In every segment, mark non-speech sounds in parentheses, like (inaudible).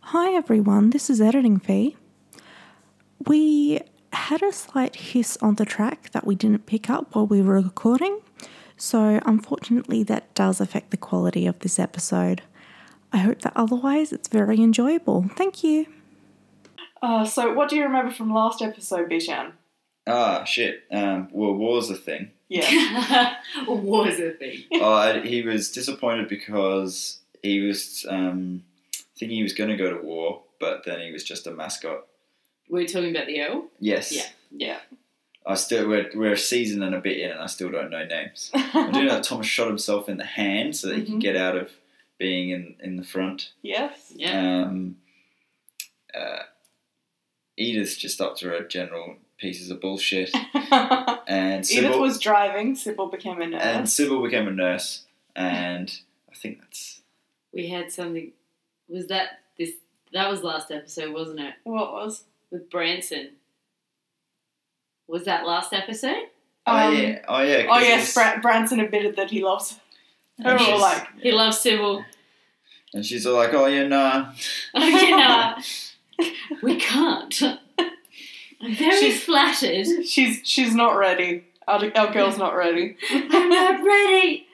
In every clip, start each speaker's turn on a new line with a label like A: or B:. A: Hi everyone, this is Editing Fee. We had a slight hiss on the track that we didn't pick up while we were recording, so unfortunately that does affect the quality of this episode. I hope that otherwise it's very enjoyable. Thank you.
B: Uh, so, what do you remember from last episode, Bishan?
C: Ah, shit. Um, well, war's a
D: (laughs)
C: thing.
B: Yeah.
D: was a thing.
C: uh, he was disappointed because he was um, thinking he was going to go to war, but then he was just a mascot.
D: We're talking about the owl.
C: Yes.
D: Yeah.
B: Yeah.
C: I still we're, we're a season and a bit in, and I still don't know names. I do know that Thomas shot himself in the hand so that he
D: Mm-hmm.
C: could
B: Mhm.
C: get out of being in in the front.
B: (laughs) yes.
D: Yeah.
C: Um, uh, Edith's just up to her general pieces of
D: (laughs)
C: bullshit, and
B: Edith
C: Sybil-
B: was driving, Sybil became a nurse.
C: and Sybil became a nurse, and I think that's
D: We had something. Was that this? That was last episode, wasn't it?
B: what was?
D: With Branson. Was that last episode?
C: oh
B: Um,
C: yeah, oh yeah, 'cause
B: Oh, yes,
C: it's-
B: Bra- Branson admitted that he loves her.
C: And
B: We're all
C: she's-
B: like,
D: He loves Sybil. (laughs)
C: and she's all like, oh yeah, nah,
D: Okay, nah. we can't. I'm very
B: She's-
D: flattered.
B: she's she's not ready. Our, our girl's not ready.
C: (laughs)
D: I'm not ready.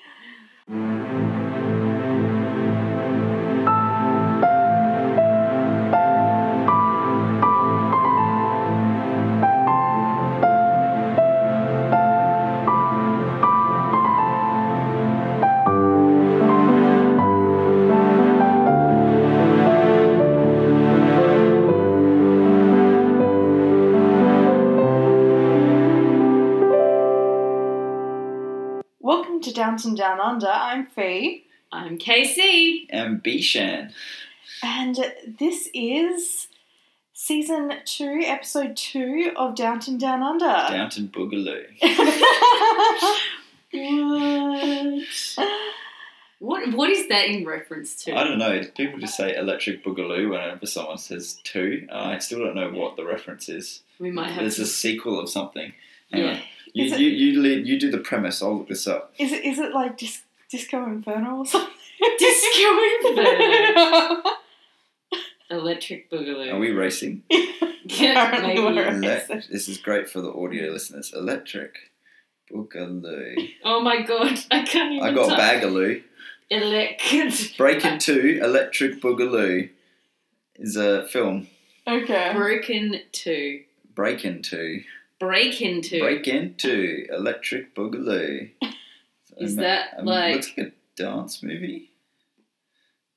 B: Welcome to Downton Down Under. I'm Fee,
D: I'm KC.
C: and Bishan.
B: and this is season two, episode two of Downton Down Under.
C: Downton Boogaloo.
D: What? What? What is that in reference to?
C: I don't know. People just say electric boogaloo whenever someone says two. I still don't know what the reference is.
D: we might have.
C: There's a sequel of something. Hang on.
D: Yeah.
C: You,
B: Is it-
C: you, you, lead, you do the premise. I'll look this up.
B: (laughs) Is it is it like dis- Disco Inferno or something?
D: Disco
B: (laughs)
D: Inferno.
B: Apparently
D: Electric Boogaloo.
C: Are we racing?
D: (laughs) Yeah,
B: we're
D: maybe.
C: Elec-
B: racing.
C: this is great for the audio listeners. Electric boogaloo.
D: Oh my god, I can't even.
C: I got
D: type.
C: bagaloo.
D: Elect.
C: Breaking Two, Electric Boogaloo, is a film.
B: Okay.
D: Broken to.
C: Break Into,
D: Break into.
C: Break Into, Electric Boogaloo.
D: (laughs) Is
C: Um,
D: that
C: um,
D: like-
C: looks like a dance movie?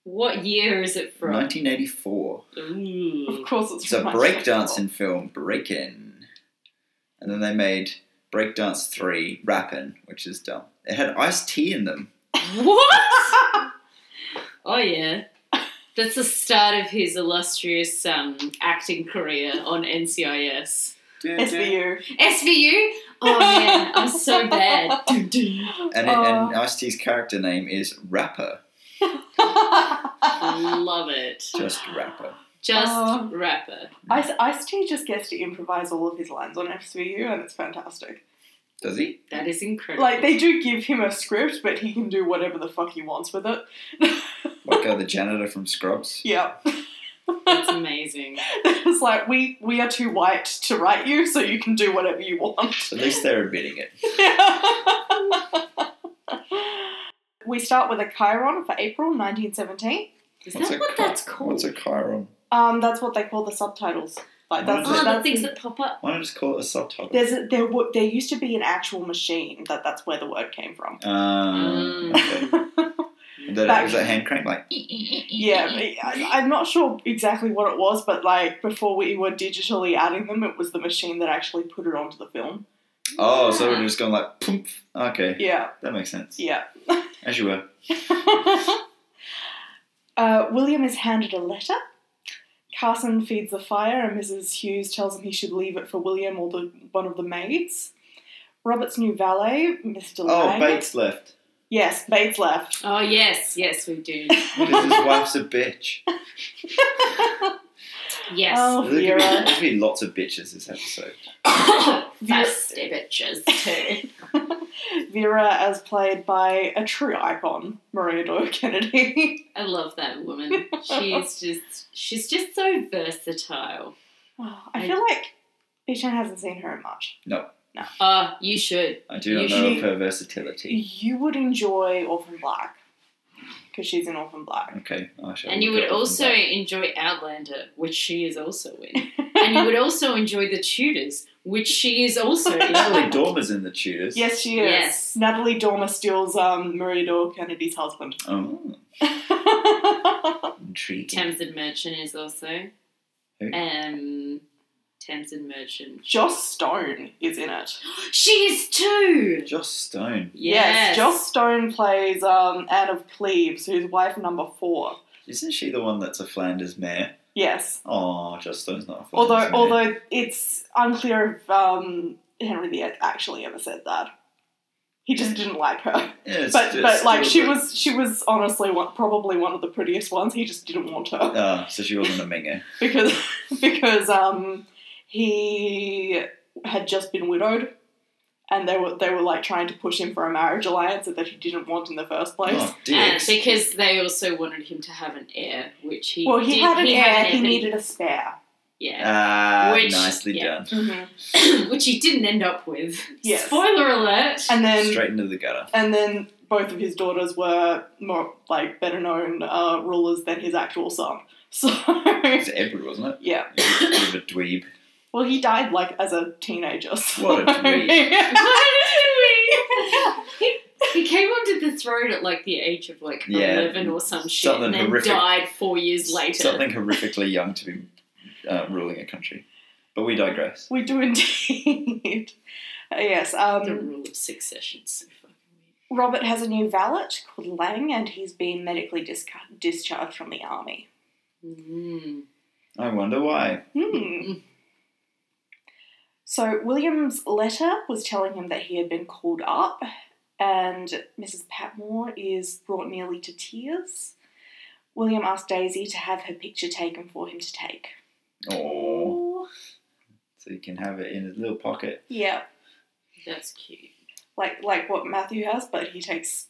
D: What year is it from?
C: 1984.
D: Ooh.
B: Of course, it's
C: It's a
B: from
C: breakdancing film, Breakin'. And then they made Breakdance 3, Rappin', which is dumb. It had iced tea in them.
D: What?
B: (laughs)
D: Oh yeah. (laughs) That's the start of his illustrious um, acting career on NCIS.
B: (laughs) SVU.
D: SVU? Oh man, I'm so bad.
C: (laughs) And, it, and
D: Oh.
C: Ice T's character name is Rapper.
B: Ice
D: Love it. (sighs)
C: Just Rapper.
D: Just
B: Oh.
D: rapper.
B: Ice T just gets to improvise all of his lines on SVU, and it's fantastic.
C: Does he?
D: That is incredible.
B: Like they do give him a script, but he can do whatever the fuck he wants with it.
C: Like uh, the janitor from Scrubs?
B: Yeah, (laughs)
D: That's amazing.
B: it's like we we are too white to write you, so you can do whatever you want. (laughs)
C: At least they're admitting it.
B: we start with a Chiron for April 1917.
D: Is that what
C: chi-
D: that's called?
C: What's a chiron?
B: Um, that's what they call the subtitles. Like that's,
C: Oh,
D: Ah,
B: that's
D: the things that pop up.
C: Why not just call it a subtitle?
B: There's a, there wa- there used to be an actual machine that that's where the word came from.
D: Mm.
C: Um,
D: (laughs)
C: okay. Is that,
B: Back-
C: was that hand crank? Like,
B: Yeah, I, I'm not sure exactly what it was, but like before we were digitally adding them, it was the machine that actually put it onto the film.
C: oh, so we're just going like, poof. Okay,
B: Yeah,
C: that makes sense.
B: yeah. (laughs)
C: As you were.
B: uh, William is handed a letter. Carson feeds the fire, and Mrs. Hughes tells him he should leave it for William or the one of the maids. Robert's new valet, Mr.
C: Oh,
B: Lang-
C: Bates left.
B: Yes, Bates left.
D: (laughs) Oh yes, yes we do. (laughs) Oh,
C: Because his wife's a bitch.
D: Yes. (laughs)
B: Oh,
C: There's gonna, be,
B: Vera.
C: there's gonna be lots of bitches this episode.
D: Feisty bitches too.
B: Vera, as played by a true icon, Maria Doyle (laughs) Kennedy.
D: I love that woman. (laughs) She's just she's just so versatile.
B: Oh, I feel like Bichan hasn't seen her in much.
D: Oh, you should.
C: I do not
D: You
C: know
B: should-
C: of her versatility.
B: You would enjoy Orphan Black because she's in Orphan Black.
C: Okay, I shall
D: And you
C: look
D: would
C: up
D: also
C: that.
D: enjoy Outlander, which she is also (laughs) in. and you would also enjoy The Tudors, which she is
C: (laughs)
D: also
C: Natalie
D: (laughs) in.
C: Dormer's in the Tudors.
B: Yes, she is.
D: Yes.
B: Natalie Dormer steals um, Maria Doyle Kennedy's husband. (laughs)
C: Oh, intriguing.
D: Tamsin Merchant is also.
C: Who?
D: Um, Tamsin Merchant. (gasps)
B: Joss Stone is in it.
D: She is too!
C: Joss Stone.
D: Yes.
B: Joss Stone plays um, Anne of Cleves, who's wife number four.
C: Isn't she the one that's a Flanders mare?
B: Yes.
C: Oh, Joss Stone's not a Flanders
B: Although,
C: mare.
B: although it's unclear if um, Henry VIII actually ever said that. He just didn't like her.
C: Yeah, it's
B: But,
C: st-
B: but like
C: still
B: she
C: the-
B: was, she was honestly one, probably one of the prettiest ones. He just didn't want her.
C: Ah, so she wasn't
B: (laughs)
C: a Mingo.
B: because because um he had just been widowed and they were they were like trying to push him for a marriage alliance that he didn't want in the first place.
C: Oh,
D: And
C: dicks.
D: Uh, because they also wanted him to have an heir, which he
B: Well, he
D: did-
B: had an
D: he
B: heir.
D: had
B: He
D: but-
B: needed a spare.
D: yeah,
C: Ah,
D: Which-
C: nicely
D: yeah.
C: done.
B: Mm-hmm.
C: Uh.
D: (coughs) which he didn't end up with.
B: Yes.
D: Spoiler alert. (laughs)
B: And then
C: Straight into the gutter.
B: and then both of his daughters were more like better known uh, rulers than his actual son. (laughs) So
C: It's Edward, wasn't it?
B: yeah.
C: He was a bit of a dweeb.
B: Well, he died like as a teenager. (laughs) So.
C: What a dweeb.
D: he came onto the throne at like the age of like
C: Yeah,
D: eleven or some shit,
C: something
D: and then
C: horrific.
D: died four years later.
C: Something horrifically young to be uh, ruling a country. But we digress.
B: (laughs) we do indeed. yes.
D: The
B: Um,
D: rule of succession. So fucking weird.
B: Robert has a new valet called Lang, and he's been medically disca- discharged from the army.
D: Mm.
C: I wonder why.
B: Hmm. So William's letter was telling him that he had been called up, and Mrs. Patmore is brought nearly to tears. William asked Daisy to have her picture taken for him to take.
C: Oh, so you can have it in his little pocket.
B: Yeah,
D: That's
B: (laughs)
D: cute.
B: like like what Matthew has, but he takes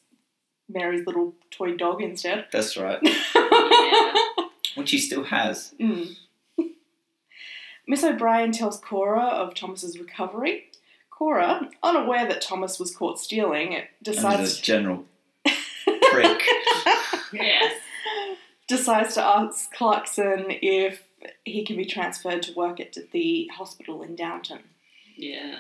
B: Mary's little toy dog instead. (laughs)
C: That's right.
D: Yeah.
C: Which he still has.
B: Mm. (laughs) Miss O'Brien tells Cora of Thomas's recovery. Cora, unaware that Thomas was caught stealing,
C: Under this
B: decides (laughs)
C: general prick.
D: yes.
B: decides to ask Clarkson if he can be transferred to work at the hospital in Downton.
D: Yeah.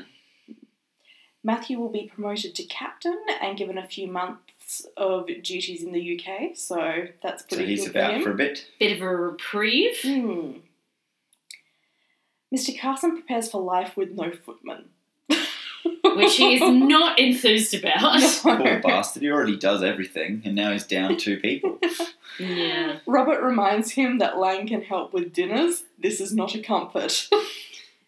B: Matthew will be promoted to captain and given a few months of duties in the UK, so that's
C: so
B: pretty
C: he's
B: good for
C: about
B: him.
C: for a
B: (laughs)
C: bit.
D: Bit of a reprieve.
B: Hmm. Mr. Carson prepares for life with no footman. (laughs)
D: which he is not enthused about.
C: (laughs) Poor bastard. He already does everything, and now he's down two
D: (laughs)
C: people.
D: Yeah.
B: Robert reminds him that Lang can help with dinners. This is not a comfort. (laughs)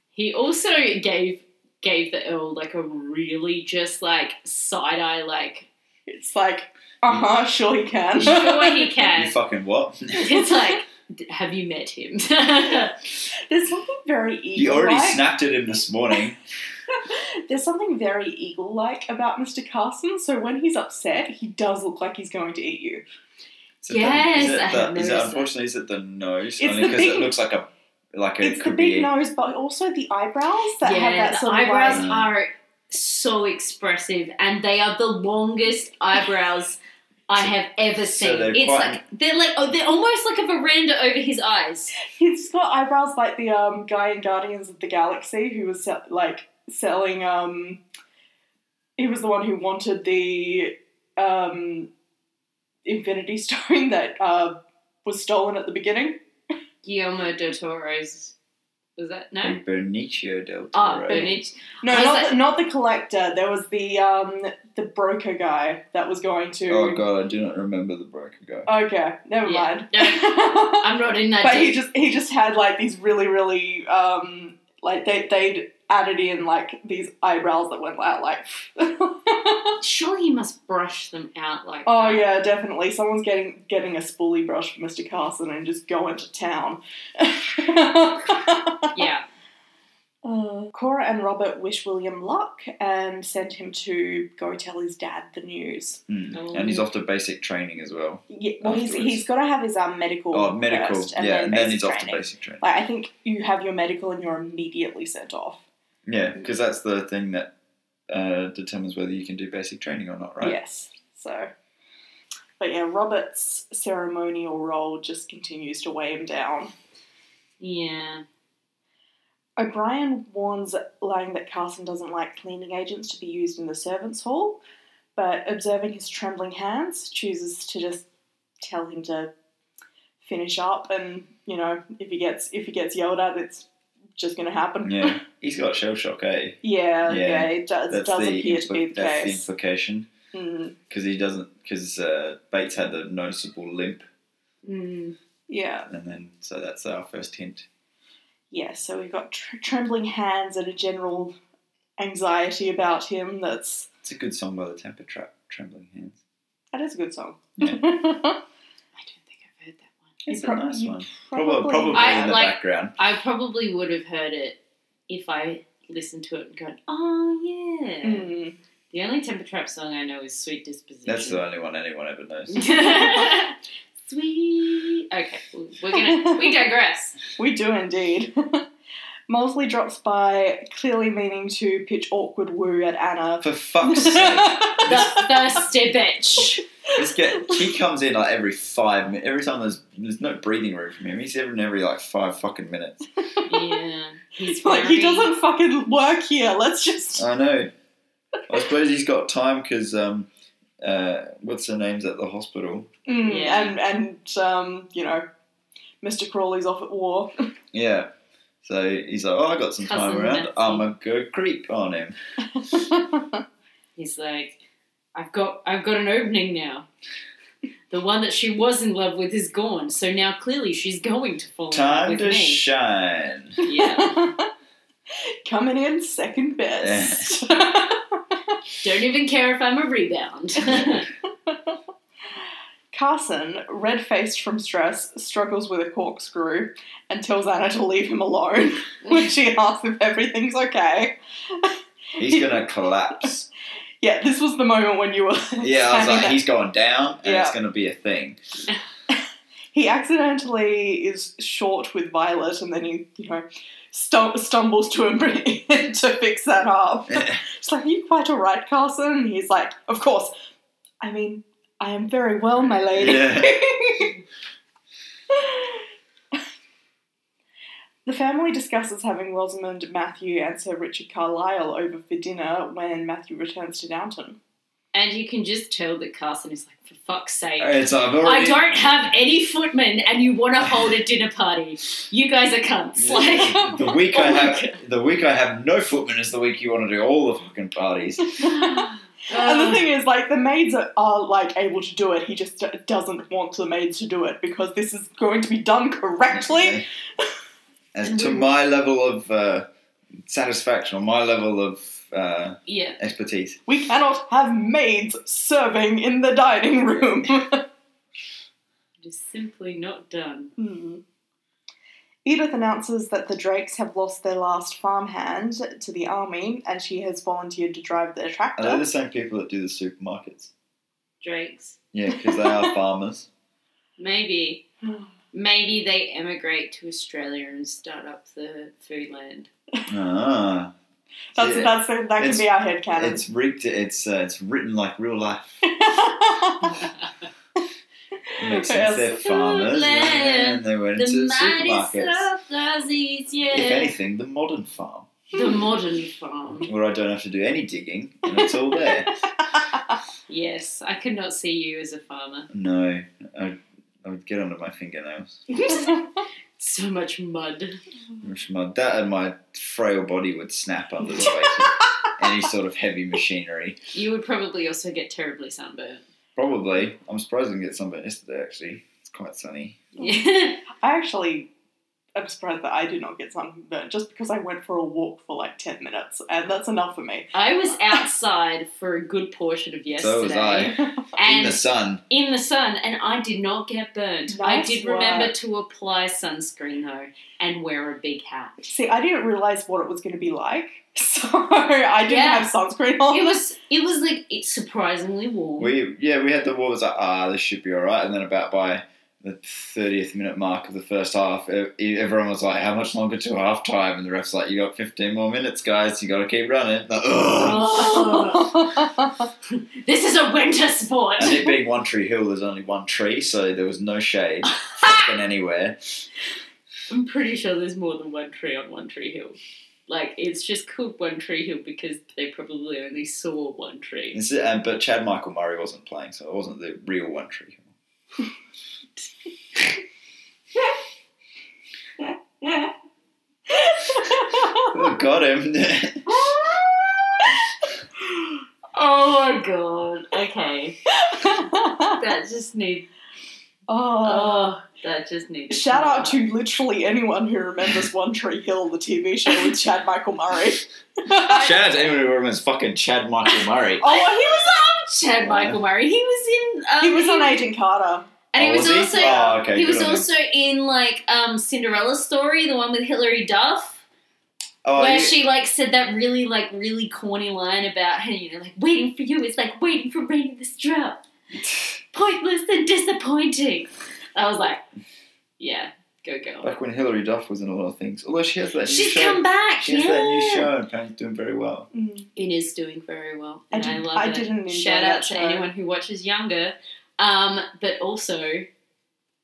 D: He also gave gave the Earl like a really just like side
C: (laughs)
D: eye like
B: It's like, uh
C: Hmm.
B: huh, sure he can.
D: sure he
C: you
D: can.
C: fucking what?
D: It's like "D- have you met him?
B: (laughs)
D: (laughs)
B: There's something very
C: you
B: eagle
C: already
B: like.
C: snapped at him this morning.
B: There's something very eagle like about Mr. Carson, so when he's upset, he does look like he's going to eat you.
C: Is it the-
D: Yes,
C: is it
D: I
C: the-
D: have
C: is it,
D: noticed that.
C: unfortunately, is it the nose?
B: It's
C: Only
B: the
C: because it
B: big-
C: looks like a like it
B: it's the
C: could
B: big
C: be.
B: nose, but also the eyebrows that
D: yeah,
B: have that
D: the
B: sort of
D: eyebrows
B: like-
C: like-
D: are so expressive and they are the longest eyebrows I
C: So-
D: have ever
C: so
D: seen.
C: they're
D: it's
C: quite-
D: like they're like oh, they're almost like a veranda over his eyes.
B: He's got eyebrows like the um, guy in Guardians of the Galaxy who was sell- like selling. Um, he was the one who wanted the um, Infinity (laughs) Stone that uh, was stolen at the beginning.
D: Guillermo del Toro's was that no?
C: And Benicio del
D: Ah,
C: Toro.
D: Benicio.
B: No,
D: I was
B: not
D: like-
B: the, not the collector. There was the um, the broker guy that was going to.
C: Oh god, I do not remember the broker guy.
B: Okay, never
D: Yeah.
B: mind. (laughs)
D: I'm not in that.
B: but he
D: deep.
B: just he just had like these really really um, like they they'd added in like these eyebrows that went out like. oh
D: Surely he must brush them out like. that.
B: yeah, definitely. Someone's getting getting a spoolie brush for Mr. Carson and just going to town. (laughs)
D: Yeah.
B: Uh, Cora and Robert wish William luck and send him to go tell his dad the news.
C: Mm.
D: Oh.
C: And he's off to basic training as well.
B: Yeah, well, he's,
C: Afterwards.
B: he's got to have his um, medical.
C: Oh, medical.
B: first
C: yeah, and then
B: basic
C: he's off to
B: training.
C: basic training.
B: Like, I think you have your medical and you're immediately sent off.
C: Yeah, because that's the thing that uh, determines whether you can do basic training or not, right?
B: Yes. So, but yeah, Robert's ceremonial role just continues to weigh him down.
D: Yeah.
B: O'Brien warns Lang that Carson doesn't like cleaning agents to be used in the servants' hall, but observing his trembling hands, chooses to just tell him to finish up. And you know, if he gets if he gets yelled at, it's just going to happen.
C: Yeah. He's got shell shock, eh?
B: yeah,
C: Yeah.
B: yeah, It does, it
C: That's
B: does
C: the,
B: appear to be
C: impli-
B: the
C: that's the
B: case.
C: implication.
B: Mm,
C: Because he doesn't, because uh, Bates had the noticeable limp,
D: Mm.
B: yeah.
C: and then so that's our first hint.
B: yeah, so we've got tr- trembling hands and a general anxiety about him. That's
C: It's a good song by the Temper Trap, Trembling Hands.
B: that is a good song.
C: Yeah.
D: I don't think I've heard that one.
C: It's
B: prob-
C: a nice
B: you
C: one. Probably, probably
D: I-
C: in the
D: like-
C: background.
D: I probably would have heard it if I listened to it and gone, oh yeah.
B: Mm.
D: The only Temper Trap song I know is Sweet Disposition.
B: (laughs)
C: That's the only one anyone ever knows.
D: (laughs) Sweet. Okay, we're gonna we digress.
B: (laughs) We do indeed. (laughs) Mosley drops by, clearly meaning to pitch awkward woo at Anna. (laughs)
C: For fuck's
D: (laughs)
C: sake,
D: The thirsty bitch.
C: this get he comes in like every five minutes. Every time there's there's no breathing room from him. He's in every like five fucking minutes.
D: (laughs) Yeah, he's
B: like
D: very-
B: he doesn't fucking work here. Let's just
C: I know. I suppose he's got time because um, uh, what's her name's at the hospital?
B: Mm,
D: Yeah.
B: and and um, you know, Mr. Crawley's off at war.
C: Yeah. So he's like, oh, I got some time
D: Cousin
C: around.
D: Nancy.
C: I'm gonna go creep on him.
D: He's like, I've got I've got an opening now. The one that she was in love with is gone, so now clearly she's going to fall in love
C: Time
D: with
C: to
D: me.
C: shine.
D: yeah,
B: Coming in second best.
D: don't even care if I'm a rebound.
B: (laughs) Carson, red faced from stress, struggles with a corkscrew and tells Anna to leave him alone (laughs) when she asks if everything's okay.
C: He's gonna
D: (laughs)
C: collapse.
B: Yeah, this was the moment when you were. (laughs)
C: Yeah, I was
B: saying
C: like,
B: that.
C: he's going down, and it's
B: Yeah.
C: gonna be a
D: (laughs)
C: thing.
B: He accidentally is short with Violet and then he, you know, stum- stumbles to (laughs) him to fix that
C: (laughs)
B: up. (laughs) She's like, Are you quite alright, Carson? And he's like, Of course. I mean, I am very well, my lady.
C: yeah.
B: The family discusses having Rosamond, Matthew, and Sir Richard Carlyle over for dinner when Matthew returns to Downton.
D: and you can just tell that Carson is like, for fuck's sake.
C: It's I've
D: I
C: already.
D: don't have any footmen, and you want to hold a dinner party. You guys
C: (laughs)
D: are cunts. Like,
C: the week I
D: (laughs) Oh my
C: have the week I have no footmen is the week you want to do all the fucking parties.
B: and
C: Um,
D: um,
B: the thing is, like, the maids are, are like able to do it. He just d- doesn't want the maids to do it because this is going to be done correctly.
C: As
D: And
C: to
D: we-
C: my level of uh, satisfaction or my level of uh,
D: yeah,
C: expertise.
B: We cannot have maids serving in the dining room. (laughs)
D: it is simply not done.
B: Hmm. Edith announces that the Drakes have lost their last farmhand to the army, and she has volunteered to drive their tractor.
C: Are they the same people that do the supermarkets?
D: Drakes.
C: Yeah, because they
D: (laughs)
C: are farmers.
D: Maybe. Maybe they emigrate to Australia and start up the food land.
C: Ah,
B: That's,
C: Yeah.
B: that's that can
C: It's-
B: be our head canon.
C: it's rigged. It's uh, it's written like real life. It
D: (laughs)
C: makes sense. They're
B: Yes.
C: farmers and
D: Land.
C: they went into
D: the
C: the
D: mighty
C: supermarkets.
D: surplus is
C: If
D: yeah.
C: anything, the modern farm,
D: The modern farm.
C: where I don't have to do any digging and it's all
D: (laughs)
C: there.
D: Yes, I could not see you as a farmer.
C: No, I, I would get under my fingernails.
B: (laughs)
C: (laughs)
D: So much mud. Mm-hmm.
C: Which my that and my frail body would snap under the weight of
D: (laughs)
C: any sort of heavy machinery.
D: You would probably also get terribly sunburnt.
C: Probably.
D: Oh.
C: I'm surprised I didn't get sunburned yesterday. Actually, it's quite sunny.
D: Yeah.
B: I actually I'm surprised that I did not get something burnt just because I went for a walk for like 10 minutes and that's enough for me.
D: (laughs) I was outside for a good portion of yesterday.
C: So was I. in
D: And
C: the sun.
D: in the sun, and I did not get burnt. I
B: Nice
D: did
B: work.
D: remember to apply sunscreen though, and wear a big hat.
B: See, I didn't realize what it was going to be like, (laughs) so I didn't
D: Yeah.
B: have sunscreen on.
D: It was it was like it's surprisingly warm. (laughs)
C: We yeah, we had the war was like ah, this should be all right, and then about by the thirtieth minute mark of the first half, e- e- everyone was like, "How much longer to half time?" And the refs like, "You got fifteen more minutes, guys. You got to keep running." Like,
D: (laughs)
C: Ugh.
D: Oh, (laughs) this is a winter
C: (laughs)
D: sport.
C: And it being One Tree Hill, there's only one tree, so there was no shade fucking anywhere.
D: I'm pretty sure there's more than one tree on One Tree Hill. Like it's just called One Tree Hill because they probably only saw one tree.
C: It's- and- but Chad Michael Murray wasn't playing, so it wasn't the real One Tree Hill.
D: (laughs)
C: Oh, got
D: (laughs)
C: him.
D: (laughs) Oh my god. Okay. That just need
B: (laughs) oh.
D: oh that just needed
B: Shout out
D: come
B: to literally anyone who remembers One Tree Hill, the TV show with Chad Michael
D: (laughs)
B: Murray.
C: Chad, anyone who remembers fucking Chad Michael Murray.
B: Oh, he was
D: Chad Michael Murray. He was in um,
B: he was on Agent Carter.
D: and he
C: Oh,
D: was,
C: was he?
D: also
C: Oh, okay,
D: he
C: good
D: was
C: on him.
D: also in like um Cinderella story, the one with Hilary Duff.
C: Oh,
D: where
C: you-
D: she like said that really like really corny line about hey, you know like waiting for you is like waiting for rain in this drop,
C: (laughs)
D: pointless and disappointing. I was like, yeah, go girl.
C: Back when Hilary Duff was in a lot of things. Although she has that new
D: She's
C: show.
D: come back.
C: she has
D: yeah.
C: that new show and apparently doing very well.
B: Mm.
D: It is doing very well.
B: I
D: And I,
B: did-
D: love
B: I
D: it.
B: didn't enjoy
D: Shout
B: that
D: out to
B: show.
D: anyone who watches younger. Um, but also,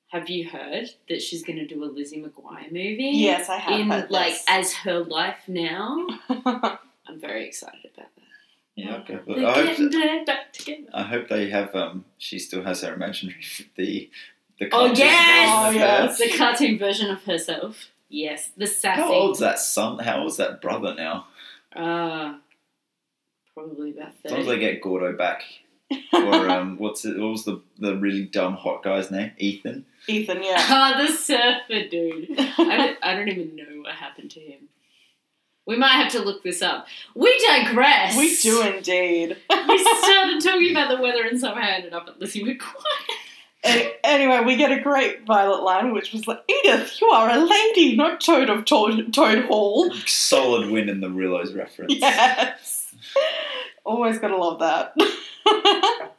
D: have you heard that she's going to do a Lizzie McGuire movie?
B: Yes, I have
D: in
B: heard
D: like
B: this.
D: as her life
B: (laughs)
D: now. I'm very excited about that.
C: Yeah, okay. But
D: They're
C: I, hope
D: getting
C: that,
D: their duck together.
C: I hope they have. Um, she still has her imaginary (laughs) the the.
D: Oh,
C: cartoon version
D: yes!
C: of her.
B: Oh, yes.
D: The cartoon version of herself. Yes, the sassy.
C: How old's that son? How old's that brother now?
D: Uh, probably about
C: As long as
D: thirty.
C: they get Gordo back.
D: (laughs)
C: or um, what's it, what was the the really dumb hot guy's name? Ethan.
B: Ethan,
D: (laughs)
B: yeah.
D: Ah, the surfer dude. I don't, I don't even know what happened to him. We might have to look this up. We digress.
B: we do indeed.
D: (laughs) We started talking about the weather and somehow ended up at Lizzie McGuire.
B: Any- anyway, we get a great Violet line, which was like, Edith, you are a lady, not Toad of Toad, Toad Hall. (laughs)
C: Solid win in the Rillos reference.
B: Yes. Always gotta love that. (laughs)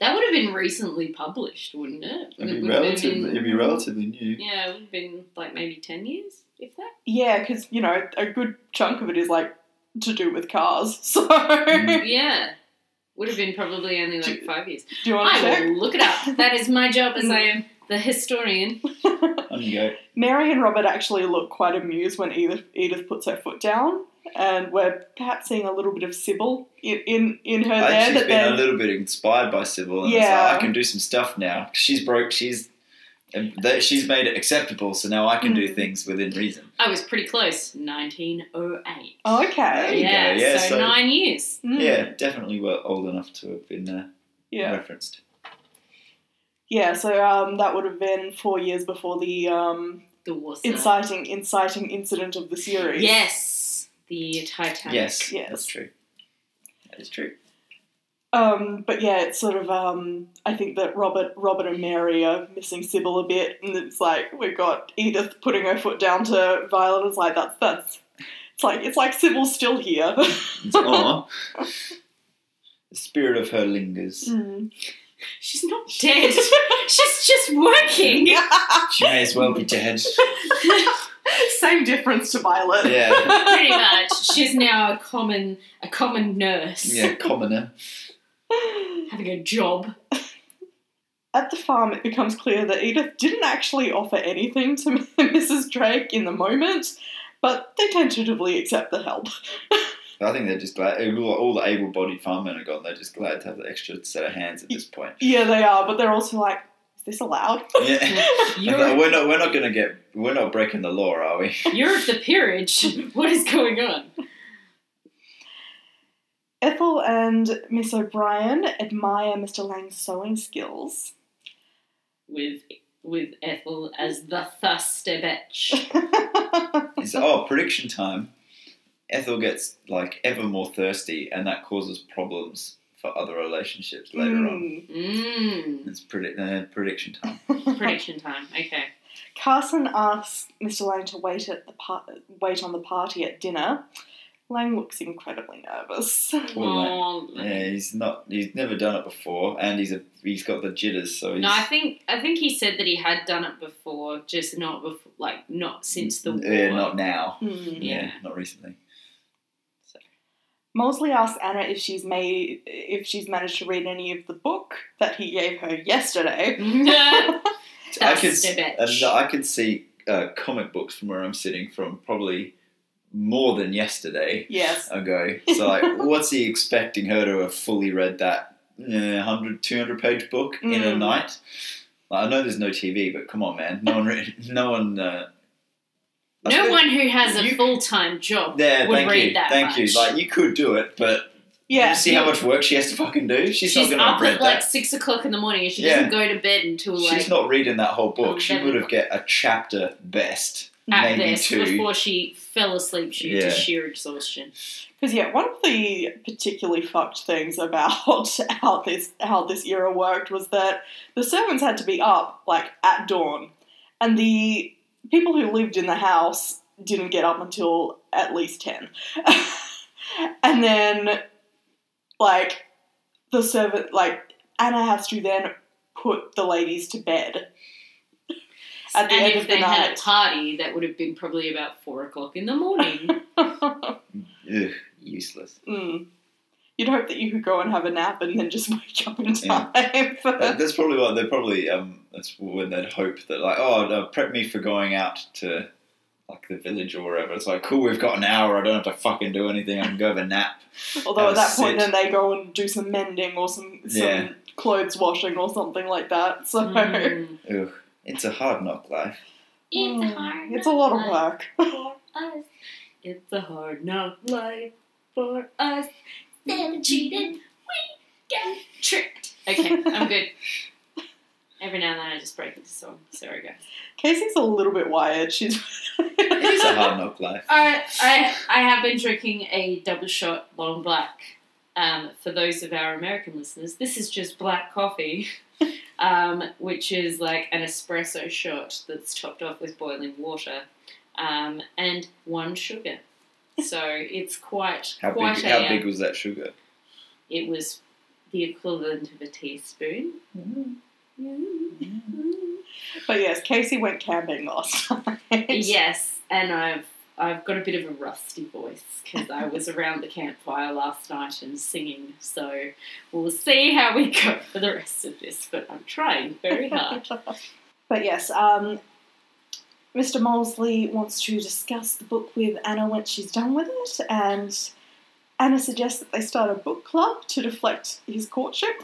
D: That would have been recently published, wouldn't it?
C: It'd
D: It
C: be
D: would have
C: relatively,
D: been-
C: it'd be relatively new.
D: Yeah, it would have been like maybe ten years, if that.
B: yeah, because, you know, a good chunk of it is like to do with cars. (laughs) So,
C: Mm.
D: Yeah, would have been probably only like five years.
B: (laughs) do you want to
D: I
B: check?
D: will look it up. That is my job as I am the historian.
C: On you go.
B: Mary and Robert actually look quite amused when Edith, Edith puts her foot down, and we're perhaps seeing a little bit of Sybil in, in, in her there.
C: I think she's
B: That
C: been
B: then,
C: a little bit inspired by Sybil, and it's
B: Yeah.
C: like, I can do some stuff now. 'Cause She's broke. She's and that she's made it acceptable, so now I can do
B: Mm.
C: things within reason.
D: I was pretty close. 1908.
B: oh, okay.
C: you
D: yeah,
C: go. Yeah,
D: so,
C: so-
D: nine years.
B: Mm.
C: Yeah, definitely were old enough to have been uh,
B: yeah,
C: referenced.
B: yeah. So um, that would have been four years before the um,
D: The war started.
B: inciting inciting incident of the series.
D: Yes, the Titanic.
C: Yes,
B: Yes.
C: that's true. That
B: (laughs)
C: is true.
B: Um, but yeah, it's sort of um, I think that Robert Robert and Mary are missing Sybil a bit, and it's like we've got Edith putting her foot down to Violet. It's like that's that's. It's like it's like Sybil's still (laughs) here.
C: It's aw. the spirit of her lingers.
B: Mm.
D: She's not dead. (laughs) She's just working.
C: She may as well be
B: (laughs)
C: dead.
B: Same difference to Violet.
C: Yeah,
D: Pretty much. She's now a common a common nurse.
C: yeah, commoner.
B: (laughs)
D: Having a job.
B: At the farm, it becomes clear that Edith didn't actually offer anything to (laughs) Mrs. Drake in the moment, but they tentatively accept the help.
C: I think they're just glad. All all the able-bodied farmmen are gone. They're just glad to have the extra set of hands at
B: (laughs)
C: this point.
B: Yeah, they are, but they're also like, is this allowed?
C: Yeah.
D: You're,
C: Like, we're not. We're not gonna get. We're not breaking the law, are
D: (laughs)
C: we?
D: you're of the peerage. What is going on?
B: Ethel and Miss O'Brien admire Mr. Lang's sewing skills.
C: (laughs)
D: with with Ethel as the thirsty bitch.
C: said, "Oh, prediction time." Ethel gets like ever more thirsty, and that causes problems for other relationships later on.
B: Mm.
D: Mm.
C: It's predict uh, prediction time.
D: Prediction time. Okay.
B: Carson asks Mr. Lang to wait at the par- wait on the party at dinner. Lang looks incredibly nervous.
C: Poor
D: Oh,
C: Yeah, he's not. He's never done it before, and he's a he's got the jitters. So he's,
D: No, I think I think he said that he had done it before, just not before, like not since the war.
C: Yeah,
D: (laughs)
C: not now.
B: Hmm.
D: Yeah.
C: not recently.
B: Mosley asks Anna if she's made if she's managed to read any of the book that he gave her yesterday.
C: I
D: That's
C: could,
D: the bitch.
C: and I could see uh, comic books from where I'm sitting from probably more than yesterday
B: Yes.
C: ago. So,
D: (laughs)
C: like, what's he expecting her to have fully read that eh, 100, 200 page book in a
B: Mm.
C: night? Like, I know there's no TV, but come on, man. No one, re- (laughs) no one. Uh, I
D: no
C: suppose-
D: one who has a
C: you-
D: full time job
C: There,
D: would
C: thank
D: read
C: you,
D: that.
C: thank
D: much.
C: you. Like, you could do it, but you
B: Yeah.
C: see how much work she has to fucking do. She's,
D: she's
C: not going to
D: up
C: have read
D: at
C: that.
D: like six o'clock in the morning, and she
C: Yeah.
D: doesn't go to bed until like
C: She's not reading that whole book.
D: Oh,
C: She
D: then-
C: would have get a chapter best,
D: at
C: maybe
D: this
C: two.
D: before she fell asleep due
C: Yeah.
D: to sheer exhaustion.
B: Because yeah, one of the particularly fucked things about (laughs) how this how this era worked was that the servants had to be up like at dawn, and the people who lived in the house didn't get up until at least ten, (laughs) and then like the servant like Anna has to then put the ladies to bed. At the
D: and
B: end
D: if
B: of the
D: they had
B: night.
D: a party, that would have been probably about four o'clock in the morning.
B: (laughs)
C: Ugh, useless.
B: Mm. Hmm. You'd hope that you could go and have a nap and then just (laughs) wake up in
C: Yeah.
B: time for. (laughs)
C: That- Uh, that's probably why they're probably um, that's when they'd hope that like oh no, prep me for going out to like the village or wherever. It's like cool, we've got an hour. I don't have to fucking do anything. I can go have a nap.
B: Although at
C: Uh,
B: that point, then
C: sit.
B: they go and do some mending or some, some
C: Yeah.
B: clothes washing or something like that. So (laughs)
D: Mm.
C: Ugh, it's a hard knock life.
D: It's a hard.
B: Mm. Hmm. It's a lot
D: knock
B: of work. (laughs)
D: life for us. It's a hard knock life for us. They were cheated. We get tricked. Okay, (laughs) I'm good. Every now and then I just break into song. Sorry, guys.
B: Casey's a little bit wired. She's (laughs)
C: It's a hard knock life.
D: Alright, I, I have been drinking a double shot long black. Um, for those of our American listeners, this is just
C: (laughs)
D: black coffee, um, which is like an espresso shot that's topped off with boiling water um, and one sugar. So it's quite
C: How
D: quite
C: big?
D: a,
C: How
D: uh,
C: big was that sugar?
D: It was the equivalent of a teaspoon.
B: but yes, Casey went camping last (laughs) night.
D: yes, and I've I've got a bit of a rusty voice because I was around the campfire last night and singing. So we'll see how we go for the rest of this, but I'm trying very
B: (laughs)
D: hard.
B: But yes, um, Mr. Molesley wants to discuss the book with Anna once she's done with it, and Anna suggests that they start a book club to deflect his courtship.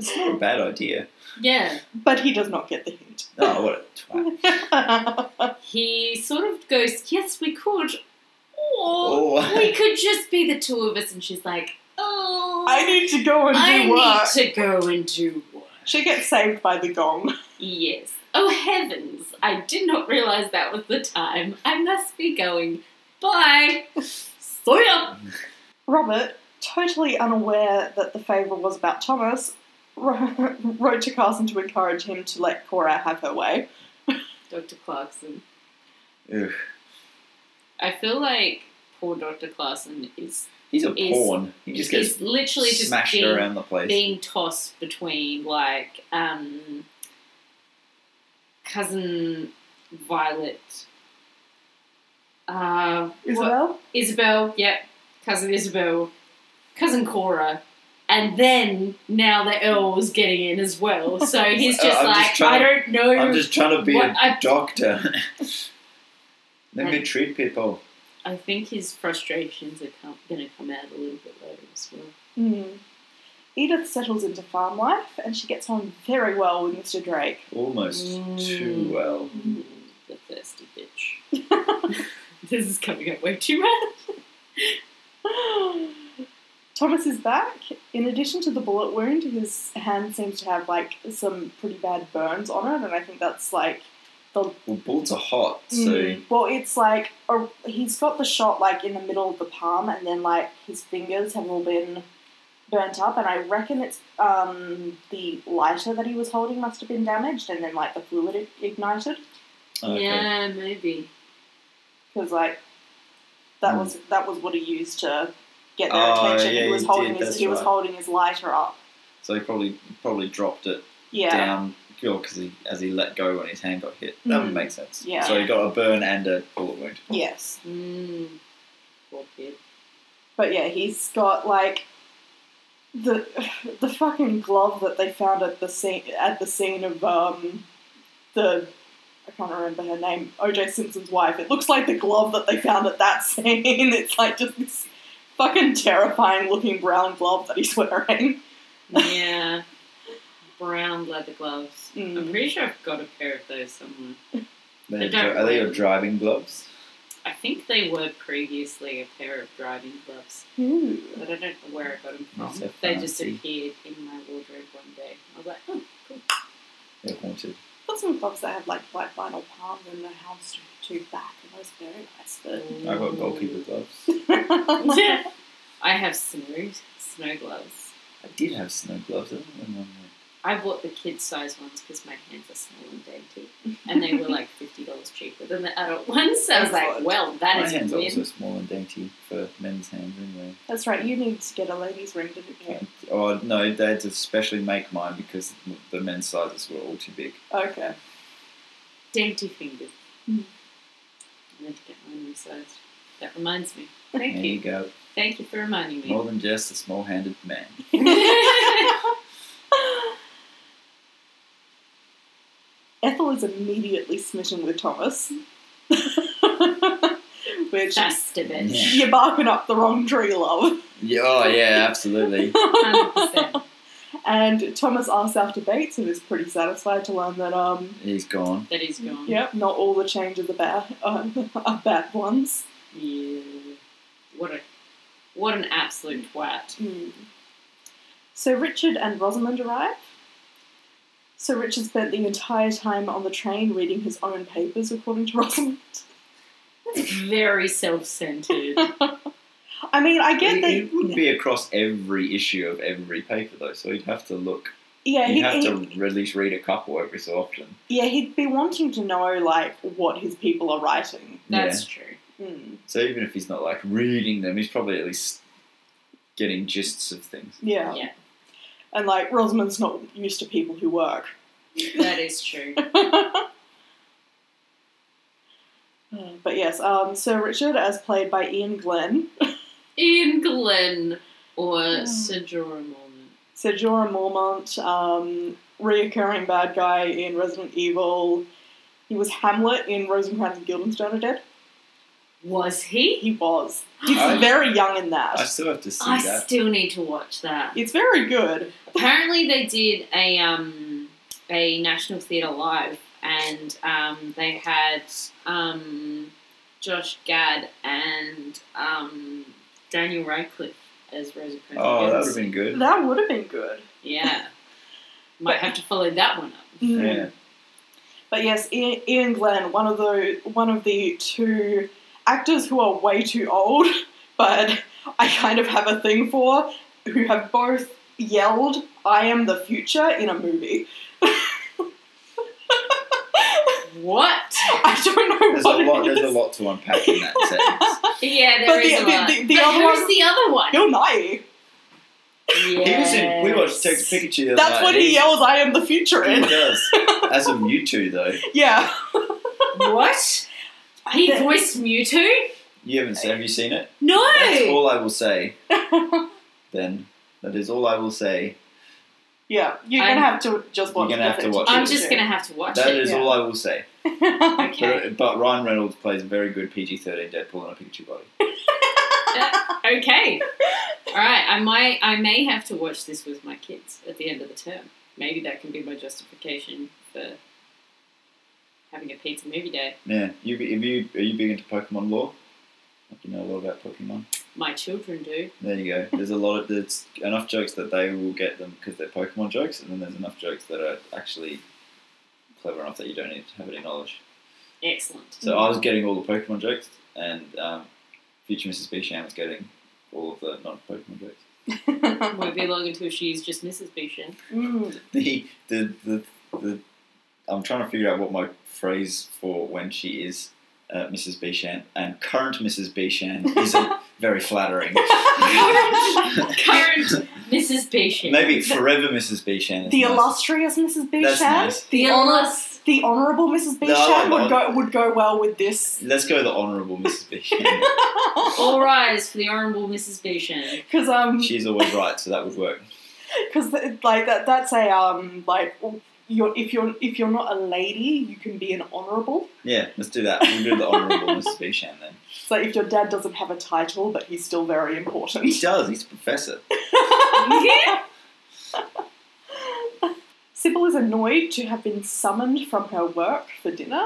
C: It's not a bad idea.
D: yeah,
B: but he does not get the
D: (laughs)
B: hint.
C: Oh, what a twat.
D: he sort of goes, "Yes, we could, or
C: Oh,
D: we could just be the two of us." And she's like, "Oh,
B: I need to go and do
D: I
B: work.
D: need to go and do work."
B: She gets saved by the gong.
D: Yes. Oh heavens! I did not realize that was the time. I must be going. Bye. See ya.
B: Robert, totally unaware that the favour was about Thomas, (laughs) wro- wrote to Carson to encourage him to let Cora have her way.
D: Dr. Clarkson.
C: (laughs) Ugh.
D: I feel like poor Dr. Clarkson is
C: he's a
D: Is-
C: pawn. He just gets
D: is literally just
C: smashed
D: being,
C: around the place.
D: being tossed between like um, cousin Violet. Uh, what-
B: Isabel?
D: Isabel, yep, cousin Isabel, cousin Cora, and then now the Earl was getting in as well.
C: (laughs)
D: So he's
C: Uh,
D: just
C: I'm
D: like,
C: just trying
D: I
C: to-
D: don't know.
C: I'm just trying to be
D: What
C: a
D: I- (laughs)
C: doctor. Let me treat people.
D: I think his frustrations are com- going to come out a little bit later as well.
B: Hmm. Edith settles into farm life and she gets on very well with Mr. Drake.
C: Almost too
D: Mm.
C: well.
D: Mm, The thirsty bitch. (laughs) this is coming up way too much.
B: Thomas is back. In addition to the bullet wound, his hand seems to have like some pretty bad burns on it, and I think that's like the the
C: Well, bullets are hot, so
B: Mm, well, it's like a, he's got the shot like in the middle of the palm, and then like his fingers have all been burnt up, and I reckon it's um, the lighter that he was holding must have been damaged, and then like the fluid i- ignited
C: (laughs) okay.
D: Yeah, maybe.
B: because like that
C: Mm.
B: was that was what he used to get their
C: Oh,
B: attention.
C: yeah,
B: he was
C: he
B: holding
C: did,
B: his
C: that's
B: he was
C: right.
B: holding his lighter up.
C: So he probably probably dropped it
B: Yeah,
C: down because he as he let go when his hand got hit. That would
B: Mm.
C: make sense.
B: Yeah.
C: So he got a burn and a bullet wound.
B: yes,
D: Mm. Poor kid.
B: but yeah, he's got like. The the fucking glove that they found at the scene at the scene of um, the I can't remember her name, OJ Simpson's wife. It looks like the glove that they found at that (laughs) scene. It's like just this fucking terrifying looking brown glove that he's wearing.
D: (laughs) Yeah. Brown leather gloves. I'm
B: Mm.
D: pretty sure I've got a pair of those somewhere.
C: They
D: I don't
C: are they your
D: know.
C: driving gloves?
D: I think they were previously a pair of driving gloves,
B: Ooh.
D: but I don't know where I got them from.
C: So
D: they just
C: fancy.
D: appeared in my wardrobe one day. I was like, oh, cool.
C: They're haunted.
B: Got some gloves that have like black vinyl palms and the house too back, and those are very nice. But
C: I got
D: Mm.
C: goalkeeper gloves.
D: Yeah. (laughs) I have snow, snow gloves.
C: I did have snow gloves. I don't remember.
D: I bought the kid size ones because my hands are small and dainty, and they were like fifty dollars cheaper than the adult ones. So I was like,
B: Excellent.
D: "Well, that
C: My
D: is
C: hands
D: a
C: are
D: win."
C: also small and dainty for men's hands anyway.
B: (laughs) that's right. You need to get a lady's ring, didn't you?
C: Oh no, they had to specially make mine because the men's sizes were all too big.
B: Okay.
D: Dainty fingers.
B: Mm.
D: I need to get mine resized. That reminds me.
C: There
D: Thank
C: you
D: you.
C: go.
D: Thank you for reminding
C: More (laughs)
D: me.
C: than just a small-handed man.
B: Ethel is immediately smitten with Thomas, (laughs) which
D: (laughs) Just a bitch.
B: you're barking up the wrong tree, love.
C: Yeah, oh yeah, absolutely.
D: 100%.
B: And Thomas asks after Bates and is pretty satisfied to learn that, um,
C: He's gone.
D: That is gone.
B: yep, not all the changes are bad, (laughs) uh, are bad ones.
D: Yeah. What a what an absolute twat.
B: Hmm. So Richard and Rosalind arrive. So Richard spent the entire time on the train reading his own papers, according to (laughs) Rosalind.
D: Very self-centered.
B: I mean, I
C: He,
B: get that.
C: he would be across every issue of every paper though, so he'd have to look.
B: yeah,
C: He'd
B: he,
C: have
B: he,
C: to at least read a couple every so often.
B: yeah, he'd be wanting to know like what his people are writing.
D: That's true.
B: Hmm.
C: So even if he's not like reading them, he's probably at least getting gists of things.
B: Yeah.
D: Yeah.
B: and like Rosamund's not used to people who work.
D: That is true.
B: But yes, um, Sir Richard, as played by Ian Glenn,
D: Ian Glenn or
B: Oh.
D: Sir Joram Ormond.
B: Sir Jorah Mormont, um, reoccurring bad guy in Resident Evil. He was Hamlet in Rosencrantz and Guildenstern are Dead.
D: Was he?
B: He was. He's
C: I-
B: very young in
C: I
B: that.
C: still have to see
D: I
C: that.
D: still need to watch that.
B: It's very good.
D: Apparently, they did a um, a National Theatre Live, and um, they had um, Josh Gad and um, Daniel Radcliffe as Rosa Crane.
C: oh, that would have been good.
B: That would have been good.
D: yeah. Might have to follow that one up.
B: Mm.
C: Yeah.
B: But yes, Ian, Ian Glenn, one of the one of the two actors who are way too old, (laughs) but I kind of have a thing for, who have both yelled "I am the future" in a movie. (laughs) (laughs)
D: What?
B: I don't know
C: There's a
B: what it
C: lot. There's a
B: is.
C: lot to unpack
B: (laughs)
C: in that sentence.
D: Yeah,
B: But
D: there is
B: the-
D: a lot.
B: the- the- the
D: but
B: other
D: who's
B: one-
D: the other one?
B: Bill Nye.
C: He was in. We watched Tex
D: Yes.
C: Pikachu. the other
B: That's
C: night.
B: what he yells. I am the future
C: He (laughs)
B: in. (laughs)
C: does. As a Mewtwo though,
B: Yeah.
D: What? (laughs) He voiced Mewtwo?
C: you haven't seen. Have you seen it?
D: No.
C: That's all I
B: (laughs)
C: will say. Then that is all I will say.
B: Yeah, you're gonna
D: I'm-
B: have to just watch.
C: You're gonna have
B: this
C: to watch
D: I'm
C: it.
D: just gonna have to watch
C: That
D: it.
C: is
B: yeah.
C: all I will say.
D: (laughs) Okay.
C: But, but Ryan Reynolds plays a very good PG-13 Deadpool in a Pikachu body.
D: Okay. All right. I might. I may have to watch this with my kids at the end of the term. Maybe that can be my justification for having a pizza movie day.
C: Yeah. You, be- if you are you big into Pokemon lore? Like you know a lot about Pokemon.
D: My children do.
C: There you go. There's a lot of there's enough jokes that they will get them because they're Pokemon jokes, and then there's enough jokes that are actually clever enough that you don't need to have any knowledge. (laughs)
D: Excellent.
C: So I was getting all the Pokemon jokes, and um, future Mrs. Bisham was getting all of the non-Pokemon jokes.
D: Won't be long until she's just Mrs. Bishan.
B: (laughs) Mm.
C: (laughs) The, the the the I'm trying to figure out what my phrase for when she is uh, Mrs. Bishan and current Mrs. Bishan isn't very flattering.
D: Current Mrs. Bishan.
C: Maybe forever Mrs. Bishan. is
B: The
C: nice.
B: illustrious Mrs. Bishan.
C: That's nice.
B: The
D: The
B: honor,
D: illness.
B: the honourable Mrs.
C: No, I
B: Bishan
C: like
B: would go would go well with
C: (laughs)
B: this
C: Let's go the honourable Mrs. Bishan.
D: All rise for the honourable Mrs. Bishan.
B: because um
C: She's always right, so that would work.
B: because like that that's a um like you're if you're if you're not a lady you can be an honourable.
C: Yeah, let's do that. We'll do the honourable Mrs. Bishan then.
B: So if your dad doesn't have a title but he's still very important.
C: He does. He's a professor.
B: Sybil is annoyed to have been summoned from her work for dinner,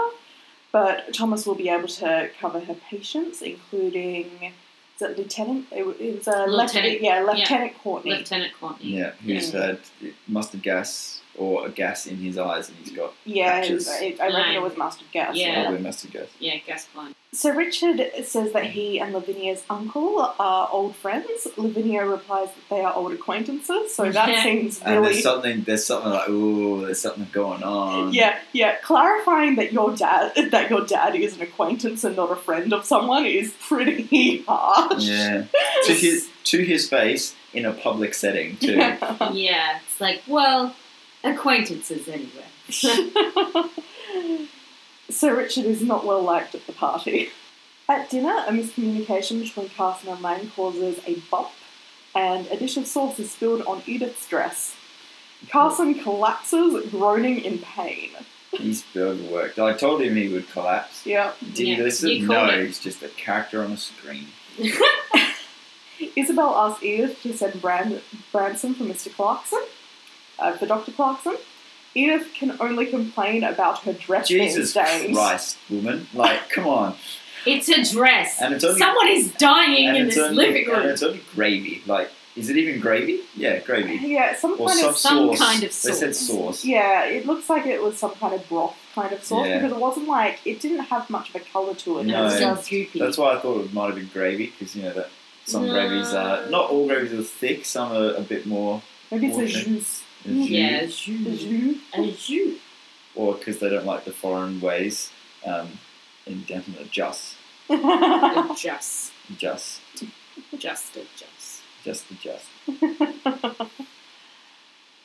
B: but Thomas will be able to cover her patients, including is it Lieutenant? It wa- it was a
D: Lieutenant.
B: Lieutenant, yeah, Lieutenant Courtney.
D: Lieutenant Courtney.
C: Yeah, who's had mustard gas or a gas in his eyes, and he's got
B: Yeah, it was-
C: Patches.
B: it- I reckon it
D: Lime.
B: was mustard gas.
D: Yeah.
C: probably mustard gas.
D: Yeah, gas blind.
B: So Richard says that he and Lavinia's uncle are old friends. Lavinia replies that they are old acquaintances, so that
D: Yeah.
B: seems
C: And
B: really.
C: there's something, there's something like, ooh, there's something going
D: (laughs)
C: on.
B: Yeah, yeah. Clarifying that your dad that your dad is an acquaintance and not a friend of someone is pretty (laughs) harsh.
D: (laughs)
C: yeah.
B: (laughs)
C: to his to his face in a public setting too.
D: Yeah, it's like, well, acquaintances anyway. (laughs)
B: so Richard is not well liked at the party. At dinner, a miscommunication between Carson and Lang causes a bump, and a dish of sauce is spilled on Edith's dress. Carson collapses, groaning in pain.
C: (laughs) He's overworked. I told him he would collapse.
B: Yeah.
C: Did he
D: Yeah,
C: listen?
D: you
C: No,
D: called it.
C: he's just a character on a screen.
B: Isabel asks Edith to send Brand- Branson for Mr. Clarkson, uh, for Dr. Clarkson. Edith can only complain about her dress
C: Jesus
B: being stained.
C: Christ, woman! Like, (laughs) come on.
D: It's a dress.
C: And it's only-
D: Someone is dying
C: And
D: in
C: it's
D: this
C: only
D: living
C: and
D: room.
C: it's only gravy. Like, is it even gravy? Yeah, gravy
B: Yeah, some
C: or
B: kind
C: some
B: of
D: some
C: sauce.
D: kind of
C: They said
D: sauce.
C: sauce.
B: yeah, it looks like it was some kind of broth kind of sauce
C: Yeah.
B: because it wasn't like it didn't have much of a colour to it.
D: And
C: No.
D: it's still goopy.
C: That's why I thought it might have been gravy because you know that some
D: No.
C: gravies are not all gravies are thick. Some are a bit more
B: Maybe it's a
C: Okay.
B: juice.
C: jus,
D: yeah,
B: A
D: jus.
B: jus.
D: A (laughs) jus.
C: or because they don't like the foreign ways. Um, indefinite just,
B: (laughs)
C: Mm.
D: A jus.
C: just,
D: Just a jus.
C: just the just.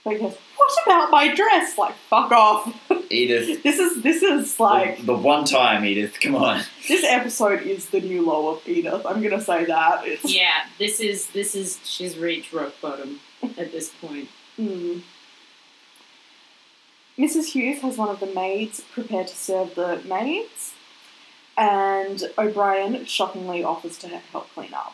B: So he goes, what about my dress? Like, fuck off.
C: Edith,
B: This is this is like
C: the, the one time Edith, come on.
B: this episode is the new low of Edith. I'm gonna say that. It's
D: Yeah, this is this is she's reached rock bottom at this
C: (laughs)
D: point.
B: Mm. Mrs. Hughes has one of the maids prepare to serve the maids, and O'Brien shockingly offers to he- help clean up.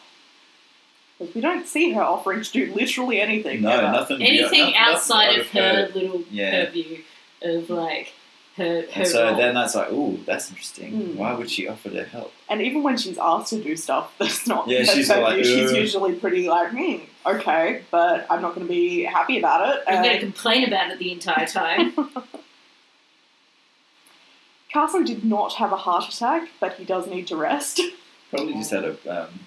B: Because we don't see her offering to do literally anything.
C: No,
B: ever.
C: nothing.
D: Anything
C: nothing
D: outside
C: out
D: of her little
C: Yeah.
D: purview of like her her
C: And so
D: role.
C: then that's like, ooh, that's interesting.
B: Mm.
C: Why would she offer to help?
B: And even when she's asked to do stuff (laughs) that's not
C: Yeah,
B: that's
C: she's
B: her
C: like,
B: view, she's
C: "Ugh."
B: usually pretty like, hmm, okay, but I'm not going to be happy about it.
D: I'm going to
B: And
D: complain about it the entire time.
B: Carson did not have a heart attack, but he does need to rest. (laughs)
C: Probably just had a um,